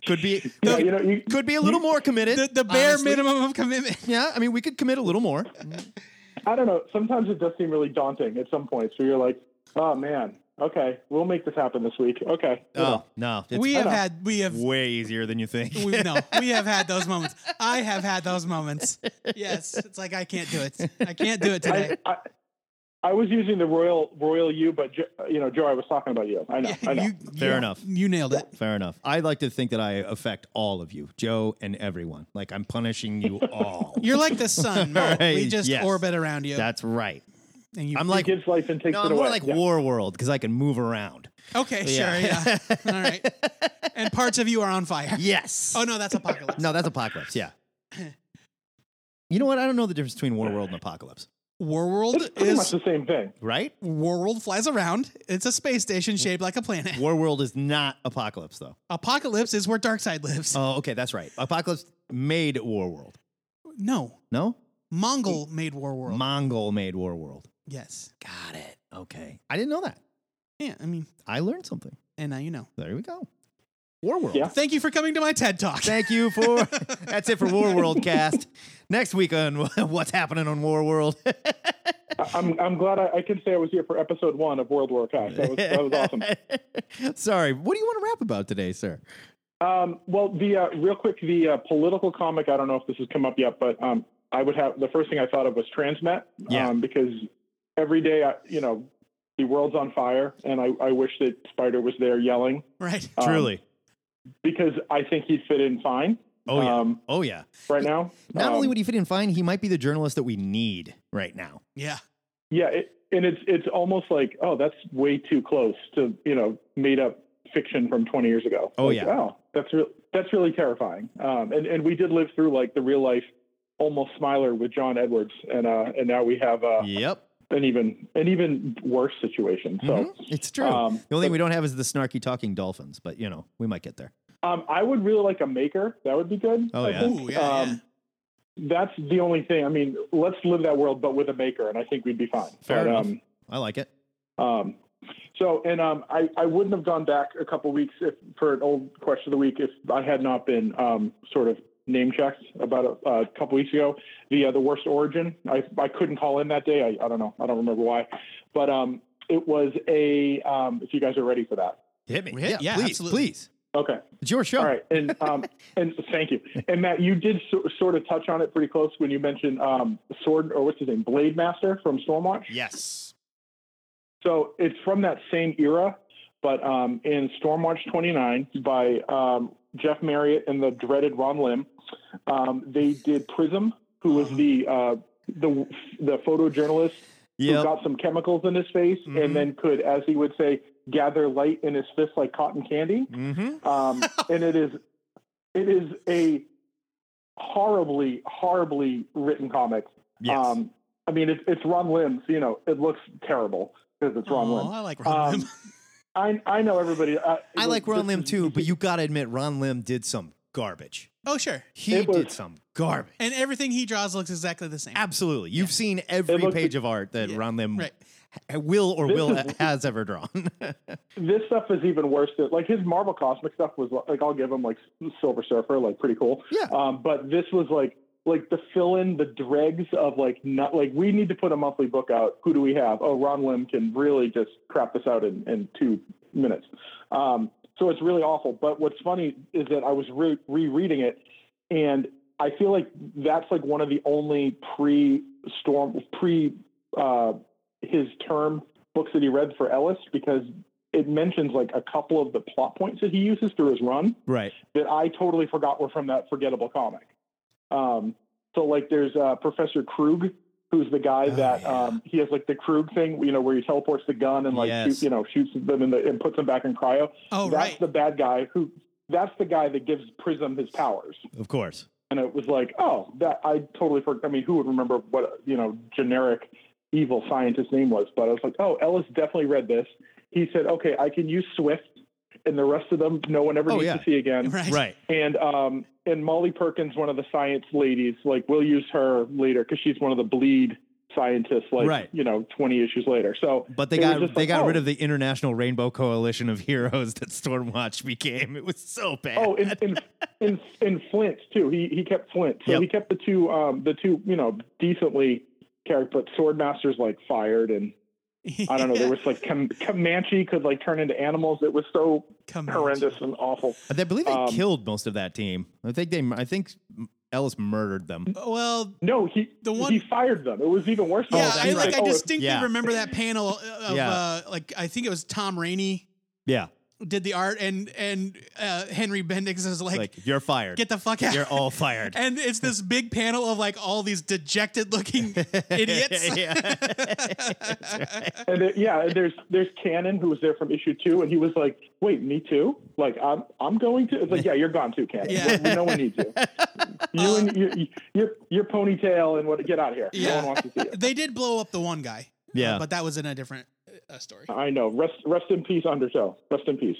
D: could be
M: Yeah, you know, you,
D: could be a little more committed.
E: the, the bare
D: honestly.
E: minimum of commitment.
D: <laughs> Yeah, I mean, we could commit a little more.
M: I don't know. Sometimes it does seem really daunting at some points where you're like, oh man, okay, we'll make this happen this week. Okay. you
D: Oh
M: know.
D: no, it's
E: we have
M: know.
E: had we have
D: way easier than you think. <laughs>
E: we, no we have had those moments. I have had those moments. Yes, it's like I can't do it. I can't do it today.
M: <laughs> I, I, I was using the royal royal you, but Jo- you know, Joe, I was talking about you. I know. I know.
E: You-
D: Fair
E: you-
D: enough.
E: You nailed it.
D: Fair enough. I like to think that I affect all of you, Joe and everyone. Like I'm punishing <laughs> you all.
E: You're like
D: <laughs>
E: the sun. Mo.
D: Oh. Right,
E: We just
D: yes.
E: orbit around you.
D: That's right.
E: and you
D: I'm
M: He
D: like
M: gives life and takes
D: no,
M: it
D: I'm
M: away.
D: more like
M: Yeah.
D: War World because I can move around.
E: okay,
D: Yeah.
E: sure,
D: <laughs>
E: yeah. All right. And parts of you are on fire.
D: Yes.
E: Oh no,
D: <laughs>
E: that's apocalypse. <laughs>
D: No, that's Apocalypse. Yeah. You know what? I don't know the difference between War World and Apocalypse.
E: Warworld
M: It's pretty
E: is
M: much the same thing,
D: right?
E: Warworld flies around. It's a space station shaped like a planet.
D: Warworld is not Apocalypse though.
E: Apocalypse is where Darkseid lives.
D: Oh, okay, that's right. Apocalypse made Warworld.
E: No,
D: No,
E: Mongol made Warworld.
D: Mongol made Warworld.
E: yes.
D: Got it. Okay, I didn't know that.
E: Yeah, I mean,
D: I learned something.
E: and now you know.
D: There we go. Warworld.
E: Thank you for coming to my TED Talk.
D: Thank you
E: <laughs>
D: for that's it for Warworld cast. Next week on <laughs> what's happening on Warworld.
M: I- I'm I'm glad I, I can say I was here for episode one of World War Cast. That was that
E: <laughs>
M: was
D: <laughs>
M: awesome.
D: Sorry, what do you want to rap about today, sir?
M: Um, well, the uh, real quick, the uh, political comic. I don't know if this has come up yet, but um, I would have the first thing I thought of was Transmet,
D: Yeah.
M: um, because every day, I, you know, the world's on fire, and I, I wish that Spider was there yelling
E: Right.
M: Um, because I think he'd fit in fine.
D: Oh yeah.
M: um,
D: oh yeah.
M: right now.
D: Not only
M: Um,
D: would he fit in fine, he might be the journalist that we need right now.
E: Yeah.
M: Yeah, it, and it's it's almost like oh, that's way too close to you know made up fiction from 20 years ago.
D: Oh,
M: Like, ah,
D: yeah.
M: wow, that's real. That's really terrifying. Um, and and we did live through like the real life almost Smiler with John Edwards, and uh, and now we have uh,
D: Yep.
M: an even an even worse situation. So.
D: Mhm. It's true.
M: um,
D: the only thing we don't have is the snarky talking dolphins, but you know, we might get there.
M: Um, I would really like a maker. That would be good.
D: Oh,
M: I
D: yeah.
M: think.
E: Ooh, yeah,
M: um, That's the only thing. I mean, let's live that world, but with a maker, and I think we'd be fine.
D: Fair
M: But,
D: enough.
M: um,
D: I like it.
M: Um, so, and um, I, I wouldn't have gone back a couple weeks if, for an old question of the week if I had not been um, sort of name checked about a, a couple weeks ago. The uh, the worst origin. I, I couldn't call in that day. I, I don't know. I don't remember why. But um, it was a. Um, if you guys are ready for that.
D: Hit me.
E: Hit- yeah,
D: please,
E: absolutely.
D: please.
M: Okay.
D: It's your show.
M: All right, and
D: <laughs>
M: um, and thank you. And Matt, you did so, sort of touch on it pretty close when you mentioned um, sword or what's his name, Blade Master from Stormwatch.
D: Yes.
M: So it's from that same era, but um, in Stormwatch 29 by um, Jeff Marriott and the dreaded Ron Lim, um, they did Prism, who was the uh, the the photojournalist
D: Mm-hmm. Yep. Mm-hmm.
M: who got some chemicals in his face and then could, as he would say, gather light in his fist like cotton candy.
D: Mm-hmm. <laughs>
M: Um, and it is it is a horribly horribly written comic.
D: Yes.
M: Um, I mean, it's it's Ron Lim. So, you know, it looks terrible because it's Ron Lim.
E: Oh, I like Ron
M: Um,
E: Lim.
M: I I know everybody. uh, I,
D: I like
M: this
D: Ron Lim
E: <laughs>
M: is-
D: too, but you gotta admit Ron Lim did some garbage.
E: Oh, sure.
D: He
M: It was-
D: did some garbage.
E: And everything he draws looks exactly the same.
D: Absolutely. You've seen every
M: looked-
D: page of art that
E: Yeah,
D: Ron Lim
E: Right.
D: ha- will or
M: This
D: will
M: is-
D: has ever drawn. <laughs>
M: This stuff is even worse. Than, like his Marvel Cosmic stuff was like I'll give him like Silver Surfer, like pretty cool.
D: Yeah.
M: Um, but this was like like the fill in the dregs of like not like we need to put a monthly book out. Who do we have? Oh, Ron Lim can really just crap this out in in two minutes. Um, so it's really awful. But what's funny is that I was re- rereading it and I feel like that's like one of the only pre storm pre uh, his term books that he read for Ellis because it mentions like a couple of the plot points that he uses through his run
D: right.
M: that I totally forgot were from that forgettable comic. Um, so like there's uh, Professor Krug, who's the guy
D: Oh,
M: that
D: yeah.
M: um, he has like the Krug thing, you know, where he teleports the gun and like
D: Yes.
M: shoot, you know shoots them in the, and puts them back in cryo.
E: Oh,
M: that's
E: right.
M: the bad guy who. That's the guy that gives Prism his powers
D: Of course.
M: and it was like, oh, that I totally forgot. I mean, who would remember what you know generic evil scientist name was? But I was like, oh, Ellis definitely read this. He said, okay, I can use Swift, and the rest of them, no one ever
D: Oh,
M: needs
D: yeah.
M: to see again.
D: <laughs>
E: Right.
D: Right.
M: And um, and Molly Perkins, one of the science ladies, like we'll use her later because she's one of the bleed scientists. Like
D: Right.
M: you know, twenty issues later. So,
D: But they
M: it was
D: got
M: just
D: they
M: like,
D: got
M: oh.
D: rid of the International Rainbow Coalition of Heroes that Stormwatch became. It was so bad.
M: Oh, and, and, and, and Flint too. He he kept Flint, so
D: Yep.
M: he kept the two um the two you know decently character. But Swordmaster's like fired, and I don't know. There was like Com- Comanche could like turn into animals. It was so
E: Come on.
M: horrendous and awful.
D: I believe they
M: um,
D: killed most of that team. I think they I think Ellis murdered them.
E: Well,
M: No, he
E: The one-
M: he fired them. It was even worse.
E: <laughs>
M: than
E: yeah,
M: that.
E: I,
M: He's
E: like,
M: oh,
E: I
M: if-
E: distinctly
D: Yeah.
E: remember that panel of,
D: Yeah.
E: uh, like, I think it was Tom Rainey
D: Yeah.
E: did the art, and and uh, Henry Bendix is like,
D: Like, you're fired.
E: get the fuck out.
D: you're all fired.
E: <laughs> and it's this big panel of like all these
D: <laughs>
E: dejected looking idiots.
D: Yeah.
M: and it- yeah, and there's there's Cannon who was there from issue two, and he was like, "Wait, me too? Like I'm I'm going to? It's like yeah, you're gone too, Cannon.
E: Yeah.
M: No, no one needs you." you and your, your your ponytail and what? Get out of here. No one
E: Yeah.
M: wants to see
E: <laughs>
M: it.
E: they did blow up the one guy. uh,
D: Yeah.
E: but that was in a different uh, story.
M: I know. Rest rest in peace, Undertow. Rest
D: <laughs>
M: in peace.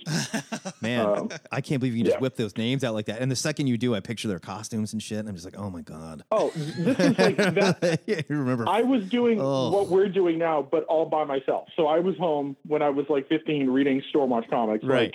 D: Man,
M: Um,
D: I can't believe you can just whip those names out like that. And the second you do, I picture their costumes and shit, and I'm just like, oh my god.
M: Oh, this is like that.
D: you remember?
M: I was doing
D: Oh.
M: what we're doing now, but all by myself. So I was home when I was like 15, reading Stormwatch comics.
D: Right.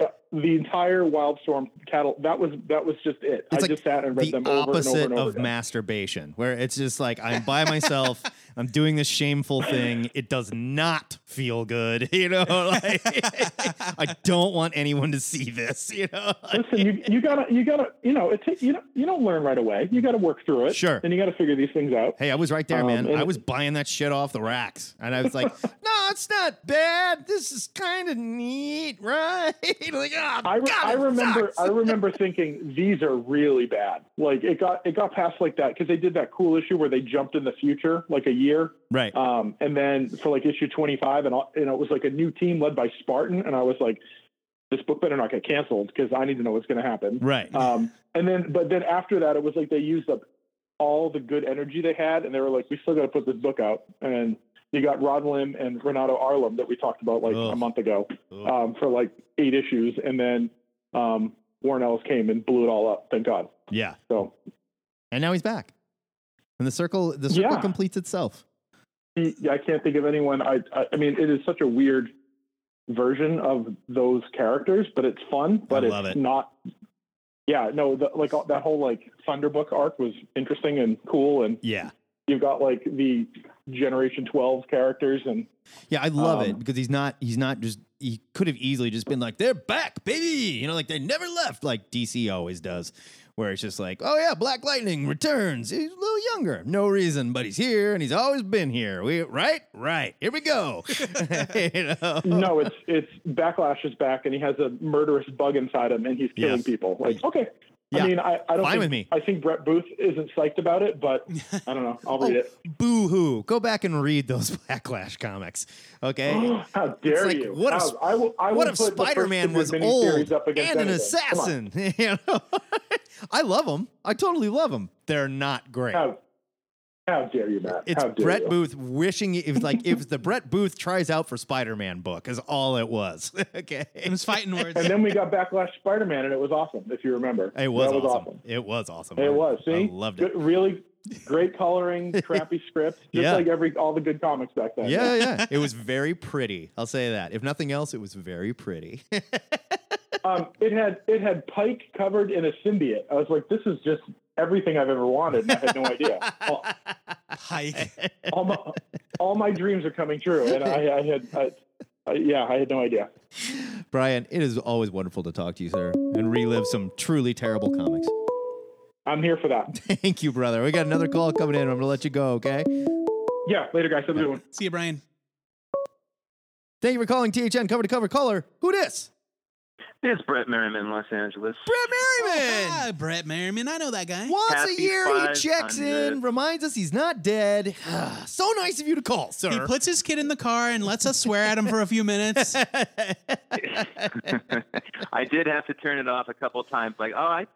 M: Like, uh, the entire Wildstorm cattle. That was that was just it. I just sat and read
D: the
M: them over and
D: opposite
M: over and over
D: of
M: again.
D: masturbation, where it's just like I'm
M: <laughs>
D: by myself, I'm doing this shameful thing. It does not feel good, <laughs> you know. Like, I don't want anyone to see this, <laughs> you know.
M: Listen, you, you gotta you gotta you know it take you don't you don't learn right away. You gotta work through it.
D: Sure.
M: And you gotta figure these things out.
D: Hey, I was right there,
M: Um,
D: man.
M: and-
D: I was buying that shit off the racks, and I was
M: <laughs>
D: like,
N: No, it's not bad. This is kind of neat,
D: <laughs>
N: right? like, ah,
M: I, re-
N: God,
M: I
N: it
M: remember
N: sucks.
M: I remember thinking these are really bad. Like it got it got past like that because they did that cool issue where they jumped in the future like a year,
D: Right.
M: Um, and then for like issue twenty five, and all, you know it was like a new team led by Spartan, and I was like, this book better not get canceled because I need to know what's going to happen,
D: Right.
M: <laughs> Um, and then but then after that, it was like they used up all the good energy they had, and they were like, we still got to put this book out, and you got Rod Lim and Renato Arlem that we talked about like a month ago um, for like eight issues, and then um, Warren Ellis came and blew it all up. Thank God.
D: yeah.
M: So,
D: and now he's back, and the circle the circle
M: Yeah.
D: completes itself.
M: He- I can't think of anyone. I, I I mean, it is such a weird version of those characters, but it's fun. But
D: love
M: it's
D: it.
M: not. Yeah, no, the, like all- that whole like Thunderbook arc was interesting and cool, and
D: yeah,
M: you've got like the Generation Twelve characters, and
D: Yeah, I love
M: Um,
D: it because he's not he's not just he could have easily just been like they're back, baby. You know, like they never left, like DC always does, where it's just like, oh yeah, Black Lightning returns. He's a little younger, no reason, but he's here and he's always been here. We right, right. Here we go. <laughs> You know?
M: no, it's it's Backlash is back, and he has a murderous bug inside him, and he's killing
D: Yes.
M: people. Like, okay,
D: Yeah.
M: I mean, I, I don't
D: Fine
M: think,
D: with me.
M: I think Brett Booth isn't psyched about
D: <laughs>
M: it, but I don't know. I'll read
D: Oh,
M: it.
D: Boo hoo! Go back and read those <laughs> Backlash comics. Okay,
M: <gasps> How
D: It's
M: dare
D: like,
M: you?
D: What if,
M: How- I will- I
D: what
M: will
D: if
M: put the first
D: Spider-Man
M: two
D: was
M: miniseries
D: old
M: up
D: and
M: against
D: an
M: anything. Come on.
D: assassin? <laughs> You know? I love them. I totally love them. They're not great.
M: How, how dare you, Matt?
D: It's
M: how dare
D: Brett <laughs>
M: you?
D: Booth wishing it was like it was
M: <laughs>
D: the Brett Booth tries out for Spider-Man book is all it was. <laughs> okay, it was
E: fighting words.
M: And then we got Backlash Spider-Man, and it was awesome. If you remember,
D: It was,
M: that
D: awesome.
M: was awesome.
D: It was awesome. I-
M: It was. See,
D: I loved
M: Good-
D: it. <laughs>
M: really great coloring, crappy script, just
D: Yeah.
M: like every all the good comics back then.
D: Yeah,
M: <laughs>
D: yeah. It was very pretty. I'll say that. If nothing else, it was very pretty.
M: um, it had it had Pike covered in a symbiote. I was like, this is just everything I've ever wanted. And I had no idea. All,
E: Pike.
M: All my, all my dreams are coming true, and I, I had, I, I, yeah, I had no idea.
D: Brian, it is always wonderful to talk to you, sir, and relive some truly terrible comics.
M: I'm here for that.
D: <laughs> Thank you, brother. We got another call coming in. I'm gonna let you go. Okay.
M: Yeah. Later, guys. Have a good one.
E: See you, Brian.
D: Thank you for calling THN cover to cover caller. Who dis?
O: It's Brett Merriman, Los Angeles.
D: Brett Merriman.
E: Hi, Brett Merriman. Oh, I know that guy.
D: Once a
O: Happy
D: year, he
O: five
D: checks in,
O: hundred.
D: reminds us he's not dead. <sighs> so nice of you to call, sir.
E: He puts his kid in the car and lets us swear at him for a
D: <laughs>
E: few minutes.
O: <laughs> I did have to turn it off a couple times. Like, oh, I,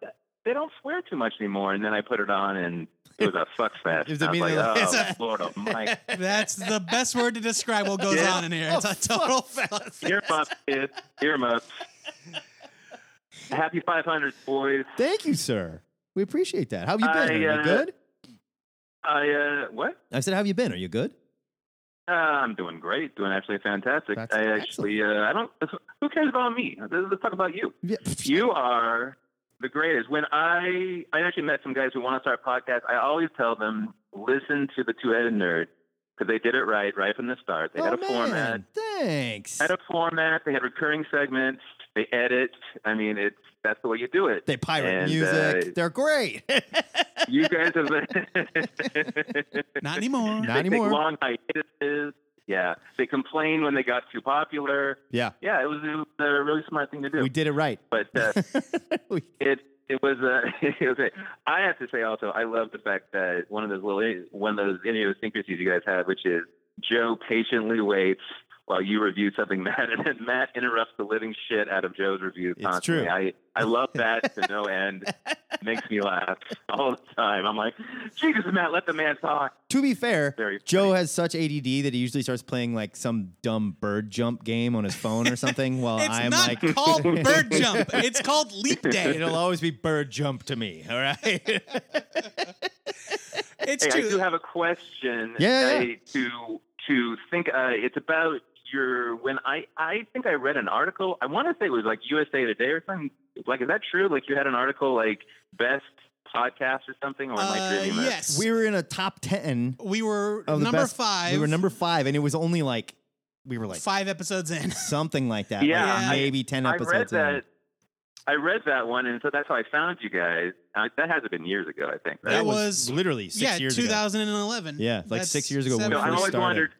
O: they don't swear too much anymore. And then I put it on, and it was a fuck fest.
E: It was
O: I was like,
E: immediately like- It's
O: oh,
E: a-
O: Lord of Mike,
E: That's the best word to describe what goes
O: Yeah.
E: on in here. It's a
D: Oh,
E: total fuck.
O: earmuffs, kids, earmuffs. Happy 500, boys.
D: Thank you, sir. We appreciate that. How have you been?
O: I,
D: Are you
O: uh,
D: good?
O: I, uh, what?
D: I said, how have you been? Are you good?
O: Uh, I'm doing great, doing actually fantastic. I actually, uh, I don't. Who cares about me? Let's talk about you.
D: <laughs>
O: You are the greatest. When I I actually met some guys who want to start podcasts, I always tell them listen to the two headed nerd because they did it right right from the start. They had a format.
D: Oh, Thanks.
O: Had a format. They had recurring segments. They edit. I mean, it's that's the way you do it.
D: They pirate
O: And,
D: music.
O: uh,
D: They're great.
O: you guys have
E: <laughs> not anymore.
D: Not anymore.
O: Long hiatuses. Yeah, they complained when they got too popular.
D: yeah.
O: Yeah, it was, it was a really smart thing to do.
D: We did it right.
O: but uh, it it was uh, <laughs> it was. A, I have to say also, I love the fact that one of those little one of those idiosyncrasies you guys have, which is Joe patiently waits while you review something, <laughs> Matt, and then Matt interrupts the living shit out of Joe's review constantly.
N: true.
O: I, I love that to no end. Makes me laugh all the time. I'm like, Jesus, Matt, let the man talk.
D: To be fair,
O: Very
D: Joe has such ADD that he usually starts playing like some dumb bird jump game on his phone or something. While
E: It's
D: I'm
E: not
D: like <laughs>
E: called bird jump. It's called leap day.
D: It'll always be bird jump to me. All right.
E: It's
O: hey,
E: true.
O: I do have a question.
D: Yeah,
O: uh,
D: yeah, yeah.
O: to to think. Uh, it's about your when I I think I read an article. I want to say it was like USA Today or something. Like, is that true? Like, you had an article like best podcast or something, or am I
E: Uh,
O: dreaming? this?
D: We were in a top ten.
E: We were
D: of the
E: number
D: best-
E: five.
D: We were number five, and it was only like we were like
E: five episodes in.
D: something like that.
O: Yeah,
D: like
O: I-
D: maybe ten
O: I read
D: episodes
O: that.
D: in.
O: I read that one, and so that's how I found you guys. Uh, that hasn't been years ago, I think. right?
E: That was
D: literally
E: yeah,
O: years ago.
E: 2011.
D: Yeah, like
E: That's
D: six years ago when
E: seven-
O: So
D: we
O: I
D: first
O: always
D: started.
O: wondered.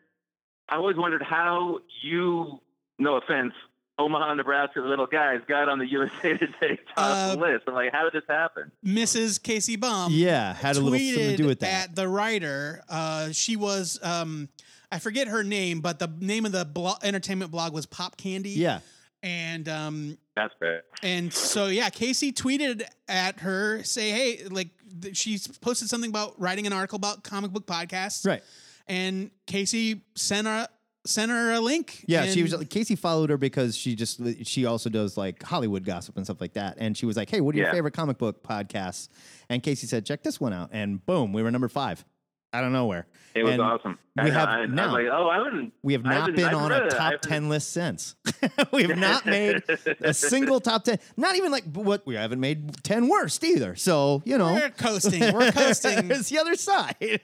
O: I always wondered how you, no offense, Omaha, Nebraska, little guys got on the USA <laughs> Today
D: Uh,
O: top list. I'm like, how did this happen?
E: Mrs. Casey Baum.
D: Yeah, had a little something to do
E: tweeted
D: with that.
E: At the writer, uh, she was um, I forget her name, but the name of the blo- entertainment blog was Pop Candy.
D: Yeah.
E: and um,
O: That's fair.
E: and so yeah, Casey tweeted at her say, hey, like th- she posted something about writing an article about comic book podcasts,
D: Right.
E: And Casey sent her sent her a link.
D: Yeah, she
E: and-
D: was Casey followed her because she just she also does like Hollywood gossip and stuff like that. And she was like, "Hey, what are your
E: Yeah.
D: favorite comic book podcasts?" And Casey said, "Check this one out." And boom, we were number five. out of nowhere.
O: It was
D: And
O: awesome.
D: We
O: I-
D: have
O: I- I was
D: now.
O: like, oh, I wouldn't-
D: We have
O: I
D: not
O: didn't-
D: been
O: I
D: on a
O: didn't- I
D: top
O: didn't-
D: ten list since. <laughs> we have not made
O: <laughs>
D: a single top ten. Not even like what we haven't made ten worst either. So you know,
E: We're coasting.
D: <laughs>
E: We're coasting.
D: it's the other side.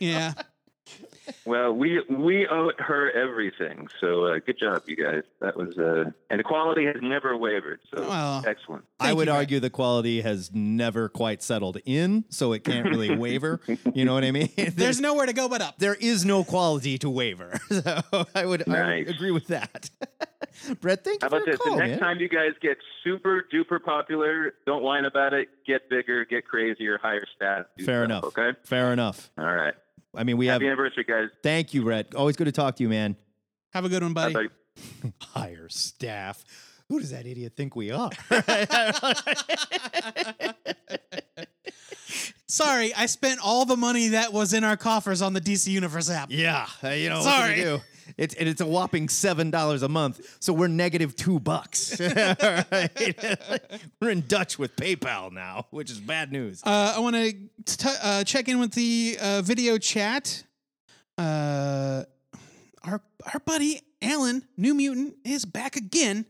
E: yeah.
O: Well, we we owe her everything. So uh, good job, you guys. That was uh, and the quality has never wavered. So
D: Well,
O: excellent.
D: I would argue the quality has never quite settled in, so it can't
E: <laughs>
D: really waver. You know what I mean?
E: There's nowhere to go but up.
D: There is no quality to waver. <laughs> So I would, I would agree with that. Brett, thank
O: How
D: you for
O: about
D: the
O: this?
D: call,
O: the next
D: man.
O: time you guys get super duper popular, don't whine about it. Get bigger, get crazier, higher stats. do
D: Fair
O: stuff,
D: enough.
O: Okay.
D: Fair enough.
O: All right.
D: I mean, we
O: Happy
D: have.
O: anniversary, guys.
D: Thank you, Brett. Always good to talk to you, man.
E: Have a good one, buddy.
D: <laughs> Hire staff. Who does that idiot think
O: <laughs>
D: we are? <laughs>
E: Sorry, I spent all the money that was in our coffers on the DC Universe app.
D: Yeah, uh, you know.
E: Sorry.
D: What can we do? It's and it's a whopping seven dollars a month, so we're negative two
E: <laughs>
D: bucks. Right? we're in Dutch with PayPal now, which is bad news.
E: Uh, I want to t- uh, check in with the uh, video chat. Uh, our our buddy Alan New Mutant is back again.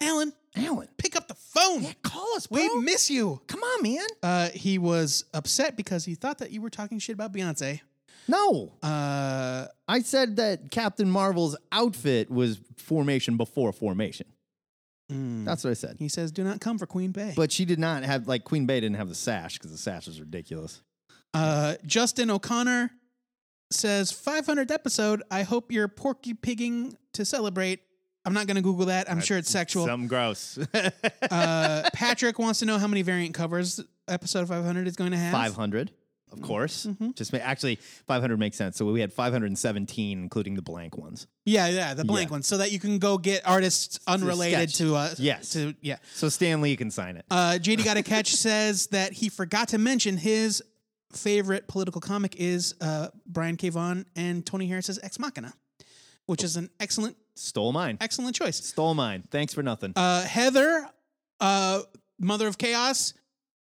E: Alan,
D: Alan,
E: pick up the phone.
D: call us.
E: We miss you.
D: Come on, man.
E: Uh, he was upset because he thought that you were talking shit about Beyonce.
D: No,
E: uh,
D: I said that Captain Marvel's outfit was formation before formation. That's what I said.
E: He says, "Do not come for Queen Bay."
D: But she did not have like Queen Bey didn't have the sash because the sash was ridiculous.
E: Uh, Justin O'Connor says 500th episode. I hope you're porky pigging to celebrate. I'm not going to Google that. I'm sure it's sexual.
D: Some gross. <laughs>
E: uh, Patrick wants to know how many variant covers episode 500 is going to have.
D: Five hundred, of
E: Mm-hmm.
D: course. Just ma- actually five hundred makes sense. So we had five hundred and seventeen, including the blank ones.
E: Yeah, yeah, the blank
D: Yeah.
E: one, so that you can go get artists unrelated
D: sketch.
E: to us.
D: Yes.
E: To yeah.
D: So Stan Lee can sign it.
E: Uh, JD Got a Catch
D: <laughs>
E: says that he forgot to mention his favorite political comic is uh, Brian K. Vaughan and Tony Harris's Ex Machina, which is an excellent
D: Stole mine.
E: Excellent choice.
D: Stole mine. Thanks for nothing.
E: Uh, Heather, uh, Mother of Chaos,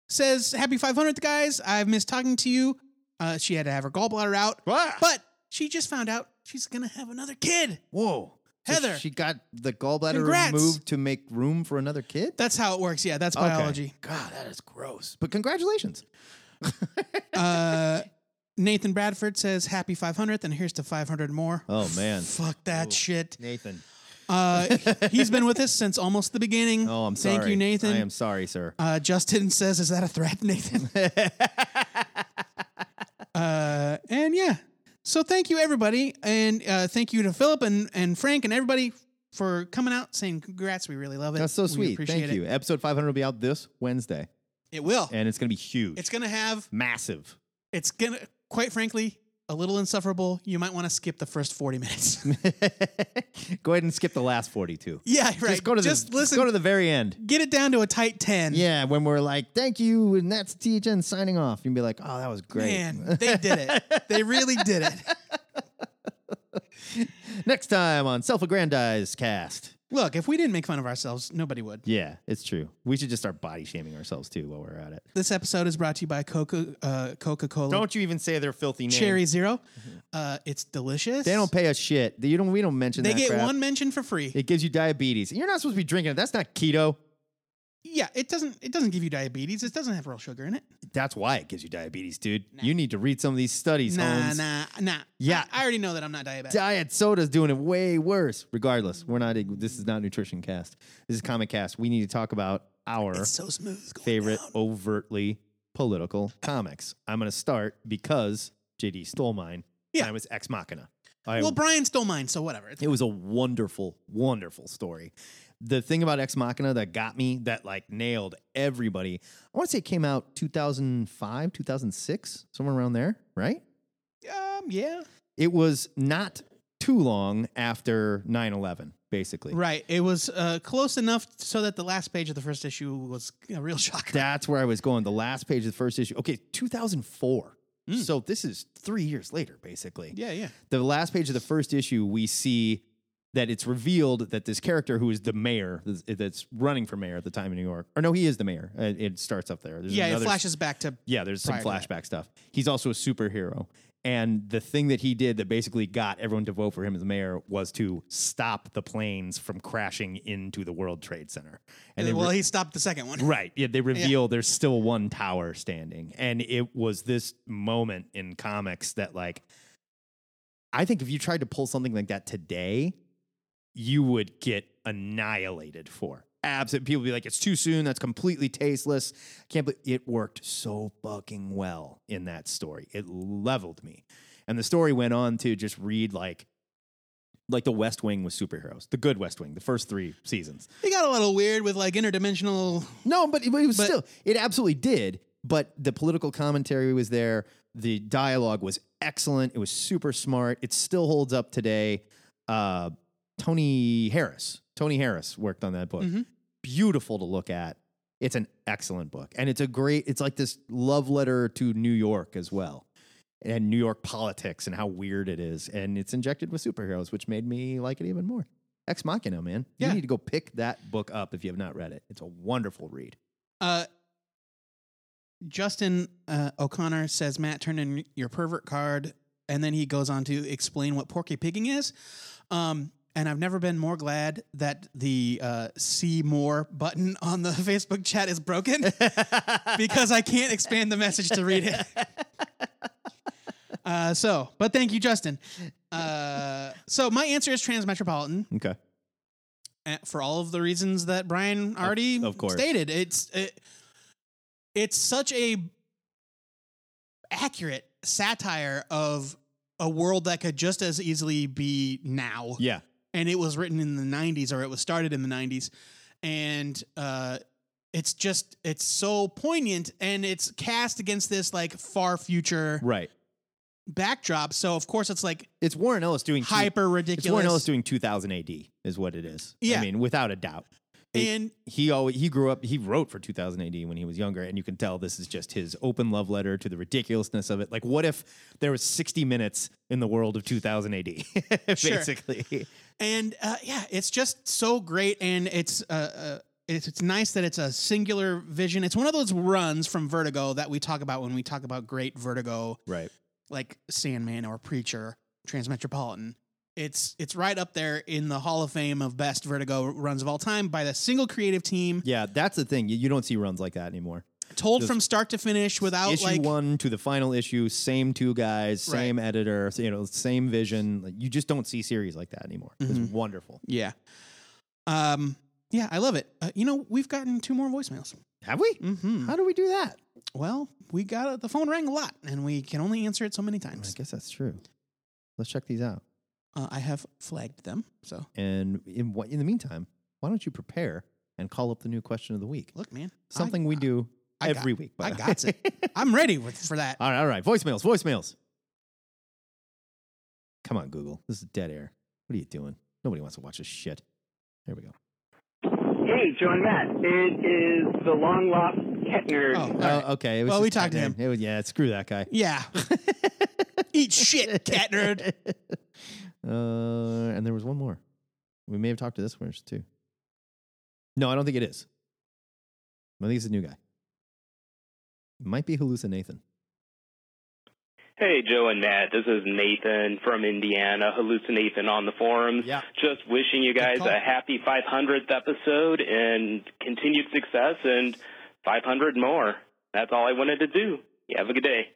E: says, Happy 500th, guys. I've missed talking to you. Uh, she had to have her gallbladder out. But she just found out she's going to have another kid.
D: Whoa. So
E: Heather.
D: she got the gallbladder
E: Congrats.
D: removed to make room for another kid.
E: That's how it works. Yeah, that's
D: Okay.
E: biology.
D: God, that is gross. But congratulations.
E: <laughs> uh, Nathan Bradford says, Happy 500th, and here's to 500 more.
D: Oh man.
E: Fuck that shit.
D: Nathan. <laughs>
E: Uh, he's been with us since almost the beginning.
D: Oh, I'm sorry.
E: Thank you, Nathan.
D: I am sorry, sir.
E: Uh, Justin says, "Is that a threat, <laughs> Nathan?" uh, and yeah, so thank you everybody, and uh, thank you to Philip and and Frank and everybody for coming out saying congrats. We really love it.
D: That's so
E: We
D: sweet.
E: appreciate
D: Thank
E: it.
D: you. Episode 500 will be out this Wednesday,
E: It will.
D: and it's going to be huge,
E: It's gonna have.
D: massive.
E: It's gonna. Quite frankly, a little insufferable, you might want to skip the first 40 minutes.
D: Go ahead and skip the last 42.
E: <laughs> yeah, right.
D: Just go to the, listen. Go to the very end.
E: Get it down to a tight 10.
D: Yeah, when we're like, thank you, and that's THN signing off. You'd be like, oh, that was <laughs> great.
E: Man,
D: <laughs>
E: they did it. They really did it.
D: Next time on Self Aggrandize Cast.
E: Look, if we didn't make fun of ourselves, nobody would.
D: Yeah, it's true. We should just start body shaming ourselves too while we're at it.
E: This episode is brought to you by Coca uh, Coca Cola.
D: Don't you even say their filthy name.
E: Cherry Zero. Uh, it's delicious.
D: They don't pay us shit. You don't. We don't mention.
E: They
D: that
E: get
D: crap.
E: one mention for free.
D: It gives you diabetes. You're not supposed to be drinking it. That's not keto.
E: Yeah, it doesn't. It doesn't give you diabetes. It doesn't have real sugar in it.
D: That's why it gives you diabetes, dude. You need to read some of these studies.
E: nah,
D: Holmes.
E: nah, nah.
D: Yeah.
E: I, I already know that I'm not diabetic.
D: Diet soda's doing it way worse. Regardless, we're not. This is not nutrition cast. This is comic cast. We need to talk about our
E: It's so smooth
D: favorite overtly
E: <coughs>
D: political comics. I'm going to start because JD stole mine.
E: Yeah.
D: I was ex machina. I-
E: well, Brian stole mine, so whatever. It's
D: it was a wonderful, wonderful story. The thing about Ex Machina that got me, that like nailed everybody. I want to say it came out 2005, 2006, somewhere around there, right?
E: um, yeah.
D: It was not too long after 9 11, basically.
E: Right. It was uh, close enough so that the last page of the first issue was a real <laughs> shock.
D: That's where I was going. The last page of the first issue. Okay, 2004.
E: Hmm.
D: So this is three years later, basically.
E: Yeah, yeah.
D: The last page of the first issue, we see that it's revealed that this character who is the mayor that's- that's running for mayor at the time in New York, or no, he is the mayor. Uh, It starts up there. There's
E: yeah,
D: another-
E: it flashes back to
D: Yeah, there's some
E: prior to
D: flashback stuff. He's also a superhero. And the thing that he did that basically got everyone to vote for him as mayor was to stop the planes from crashing into the World Trade Center.
E: And
D: they
E: well,
D: re-
E: he stopped the second one.
D: Right.
E: <laughs>
D: Yeah, they reveal there's still one tower standing. And it was this moment in comics that like I think if you tried to pull something like that today, you would get annihilated for. Absent people would be like, it's too soon. That's completely tasteless. I can't believe it worked so fucking well in that story. It leveled me. And the story went on to just read like like the West Wing with superheroes, the good West Wing, the first three seasons.
E: He got a little weird with like interdimensional.
D: No, but it, but it was still it absolutely did. But the political commentary was there. The dialogue was excellent. It was super smart. It still holds up today. Uh, Tony Harris, Tony Harris worked on that book. Beautiful to look at. It's an excellent book, and it's a great. It's like this love letter to New York as well, and New York politics and how weird it is. And it's injected with superheroes, which made me like it even more. Ex Machina, man. You need to go pick that book up if you have not read it. It's a wonderful read.
E: Uh, Justin uh, O'Connor says, Matt, turn in your pervert card. And then he goes on to explain what porky pigging is. Um, and I've never been more glad that the uh, see more button on the <laughs> Facebook chat is broken because I can't expand the message to read it. <laughs> Uh, so, but thank you, Justin. Uh, so, my answer is Transmetropolitan
D: Okay.
E: uh, for all of the reasons that Brian already
D: of course.
E: stated. It's it, it's such a accurate satire of a world that could just as easily be now.
D: Yeah.
E: And it was written in the 90s or it was started in the 90s and uh it's just it's so poignant and it's cast against this like far future
D: Right.
E: backdrop. So of course it's like
D: It's Warren Ellis doing two-
E: hyper
D: It's Warren Ellis
E: ridiculous.
D: doing 2000 AD is what it is.
E: Yeah.
D: I mean, without a doubt. It-
E: And-
D: he always he grew up. He wrote for 2000 AD when he was younger, and you can tell this is just his open love letter to the ridiculousness of it. Like, what if there was 60 minutes in the world of 2000 <laughs> AD,
E: Sure.
D: basically?
E: and uh, yeah, it's just so great, and it's uh, uh, it's it's nice that it's a singular vision. It's one of those runs from Vertigo that we talk about when we talk about great Vertigo,
D: right?
E: Like Sandman or Preacher, Transmetropolitan. It's it's right up there in the Hall of Fame of best Vertigo runs of all time by the single creative team,
D: Yeah, that's the thing. You, you don't see runs like that anymore.
E: told
D: Just-
E: from start to finish without
D: issue
E: like
D: one to the final issue, same two guys,
E: Right.
D: same editor, so, you know, same vision. Like, you just don't see series like that anymore.
E: Mhm.
D: It's wonderful.
E: yeah, um, yeah, I love it. Uh, you know, we've gotten two more voicemails.
D: Have we?
E: Mm-hmm.
D: How do we do that?
E: Well, we got uh, the phone rang a lot, and we can only answer it so many times.
D: I guess that's true. Let's check these out.
E: Uh, I have flagged them. So
D: And in what in the meantime, why don't you prepare and call up the new question of the week?
E: look, man, I-
D: Something we do
E: I
D: every
E: got-
D: week. by
E: I
D: the
E: got
D: <laughs> way.
E: it. I'm ready with, for that.
D: all right, all right. Voicemails, voicemails. Come on, Google. This is dead air. What are you doing? Nobody wants to watch this shit. There we go.
L: Hey, Joe and Matt. It is the long lost Kettner.
D: Oh, okay. It was
E: Well,
D: just
E: we talked to
D: Cat Nerd. It was, yeah, screw that guy.
E: uh, Yeah. <laughs> Eat shit, cat nerd.
D: <laughs> Uh, and there was one more. We may have talked to this one too. No, I don't think it is. I think it's a new guy. It might be hallucinathan.
P: Hey, Joe and Matt. This is Nathan from Indiana, Hallucinathan on the forums. Yeah. Just wishing you guys a happy 500th episode and continued success and 500 more. That's all I wanted to do. You have a good day.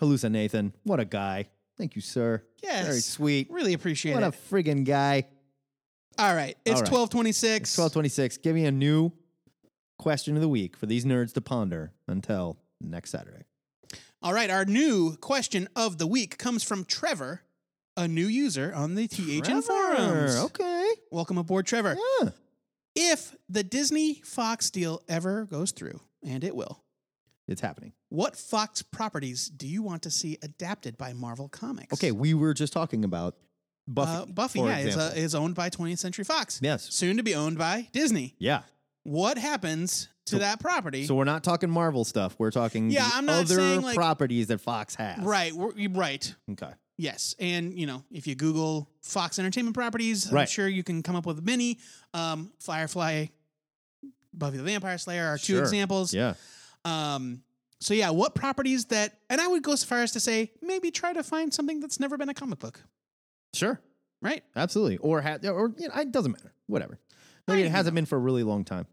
D: Hallucinathan. What a guy. Thank you, sir.
E: Yes.
D: Very sweet.
E: Really appreciate
D: what
E: it.
D: a friggin' guy.
E: All right. It's
D: All right.
E: 1226.
D: It's 1226. Give me a new question of the week for these nerds to ponder until next Saturday.
E: All right. Our new question of the week comes from Trevor, a new user on the THN forums.
D: Okay.
E: Welcome aboard, Trevor.
D: Yeah.
E: If the Disney Fox deal ever goes through, and it will,
D: It's happening.
E: what Fox properties do you want to see adapted by Marvel Comics?
D: Okay, we were just talking about Buffy.
E: Uh, Buffy,
D: for
E: yeah, is, uh,
D: example.
E: is owned by 20th Century Fox.
D: Yes.
E: Soon to be owned by Disney.
D: yeah.
E: What happens to
D: So-
E: that property?
D: So we're not talking Marvel stuff. We're talking
E: Yeah,
D: the
E: I'm not
D: other
E: saying, like-
D: properties that Fox has.
E: right. we're- Right.
D: Okay.
E: Yes, and you know if you Google Fox Entertainment properties, I'm
D: Right.
E: sure you can come up with many. Um, Firefly, Buffy the Vampire Slayer are two
D: Sure.
E: examples.
D: Yeah.
E: Um, so yeah, what properties that? And I would go so far as to say maybe try to find something that's never been a comic book.
D: Sure.
E: Right.
D: Absolutely. Or ha- or you know, it doesn't matter. Whatever. Maybe it hasn't been for a really long time.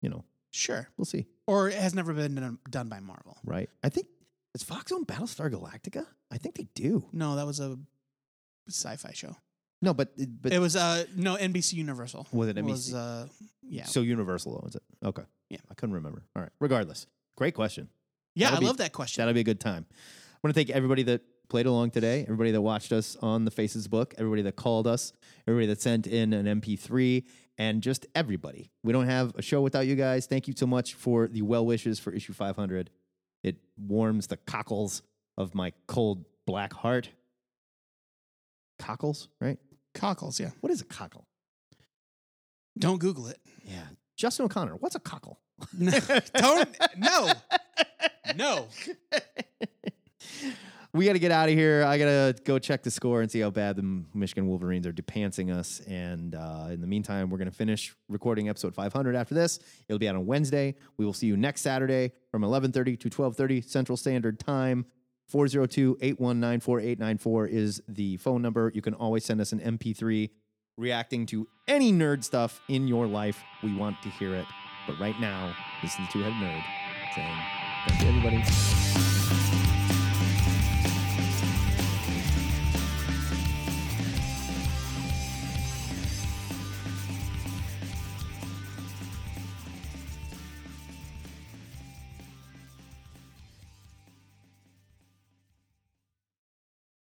D: You know.
E: Sure.
D: We'll see.
E: Or it has never been done- done by Marvel.
D: Right. I think is Fox on Battlestar Galactica? I think they do.
E: No, that was a sci-fi show.
D: No, but but
E: it was uh no NBC Universal.
D: Was it NBC?
E: Was, uh, yeah.
D: So Universal owns it. Okay.
E: Yeah.
D: I couldn't remember. All right. Regardless, great question.
E: Yeah,
D: That'll
E: I
D: be-
E: love that question.
D: That'll be a good time. I want to thank everybody that played along today, everybody that watched us on the Faces book, everybody that called us, everybody that sent in an MP3, and just everybody. We don't have a show without you guys. Thank you so much for the well wishes for issue 500. It warms the cockles of my cold black heart. Cockles, right?
E: Cockles, yeah.
D: What is a cockle?
E: Don't Google it.
D: Yeah. Justin O'Connor, what's a cockle? <laughs>
E: No, don't. No, no.
D: we got to get out of here. I got to go check the score and see how bad the Michigan Wolverines are depancing us. And uh, in the meantime, we're going to finish recording episode 500 after this. It'll be out on Wednesday. We will see you next Saturday from 11:30 to 12:30 Central Standard Time. 402-819-4894 is the phone number. You can always send us an MP3 reacting to any nerd stuff in your life. We want to hear it. But right now, this is the Two-Headed Nerd saying thank you, everybody.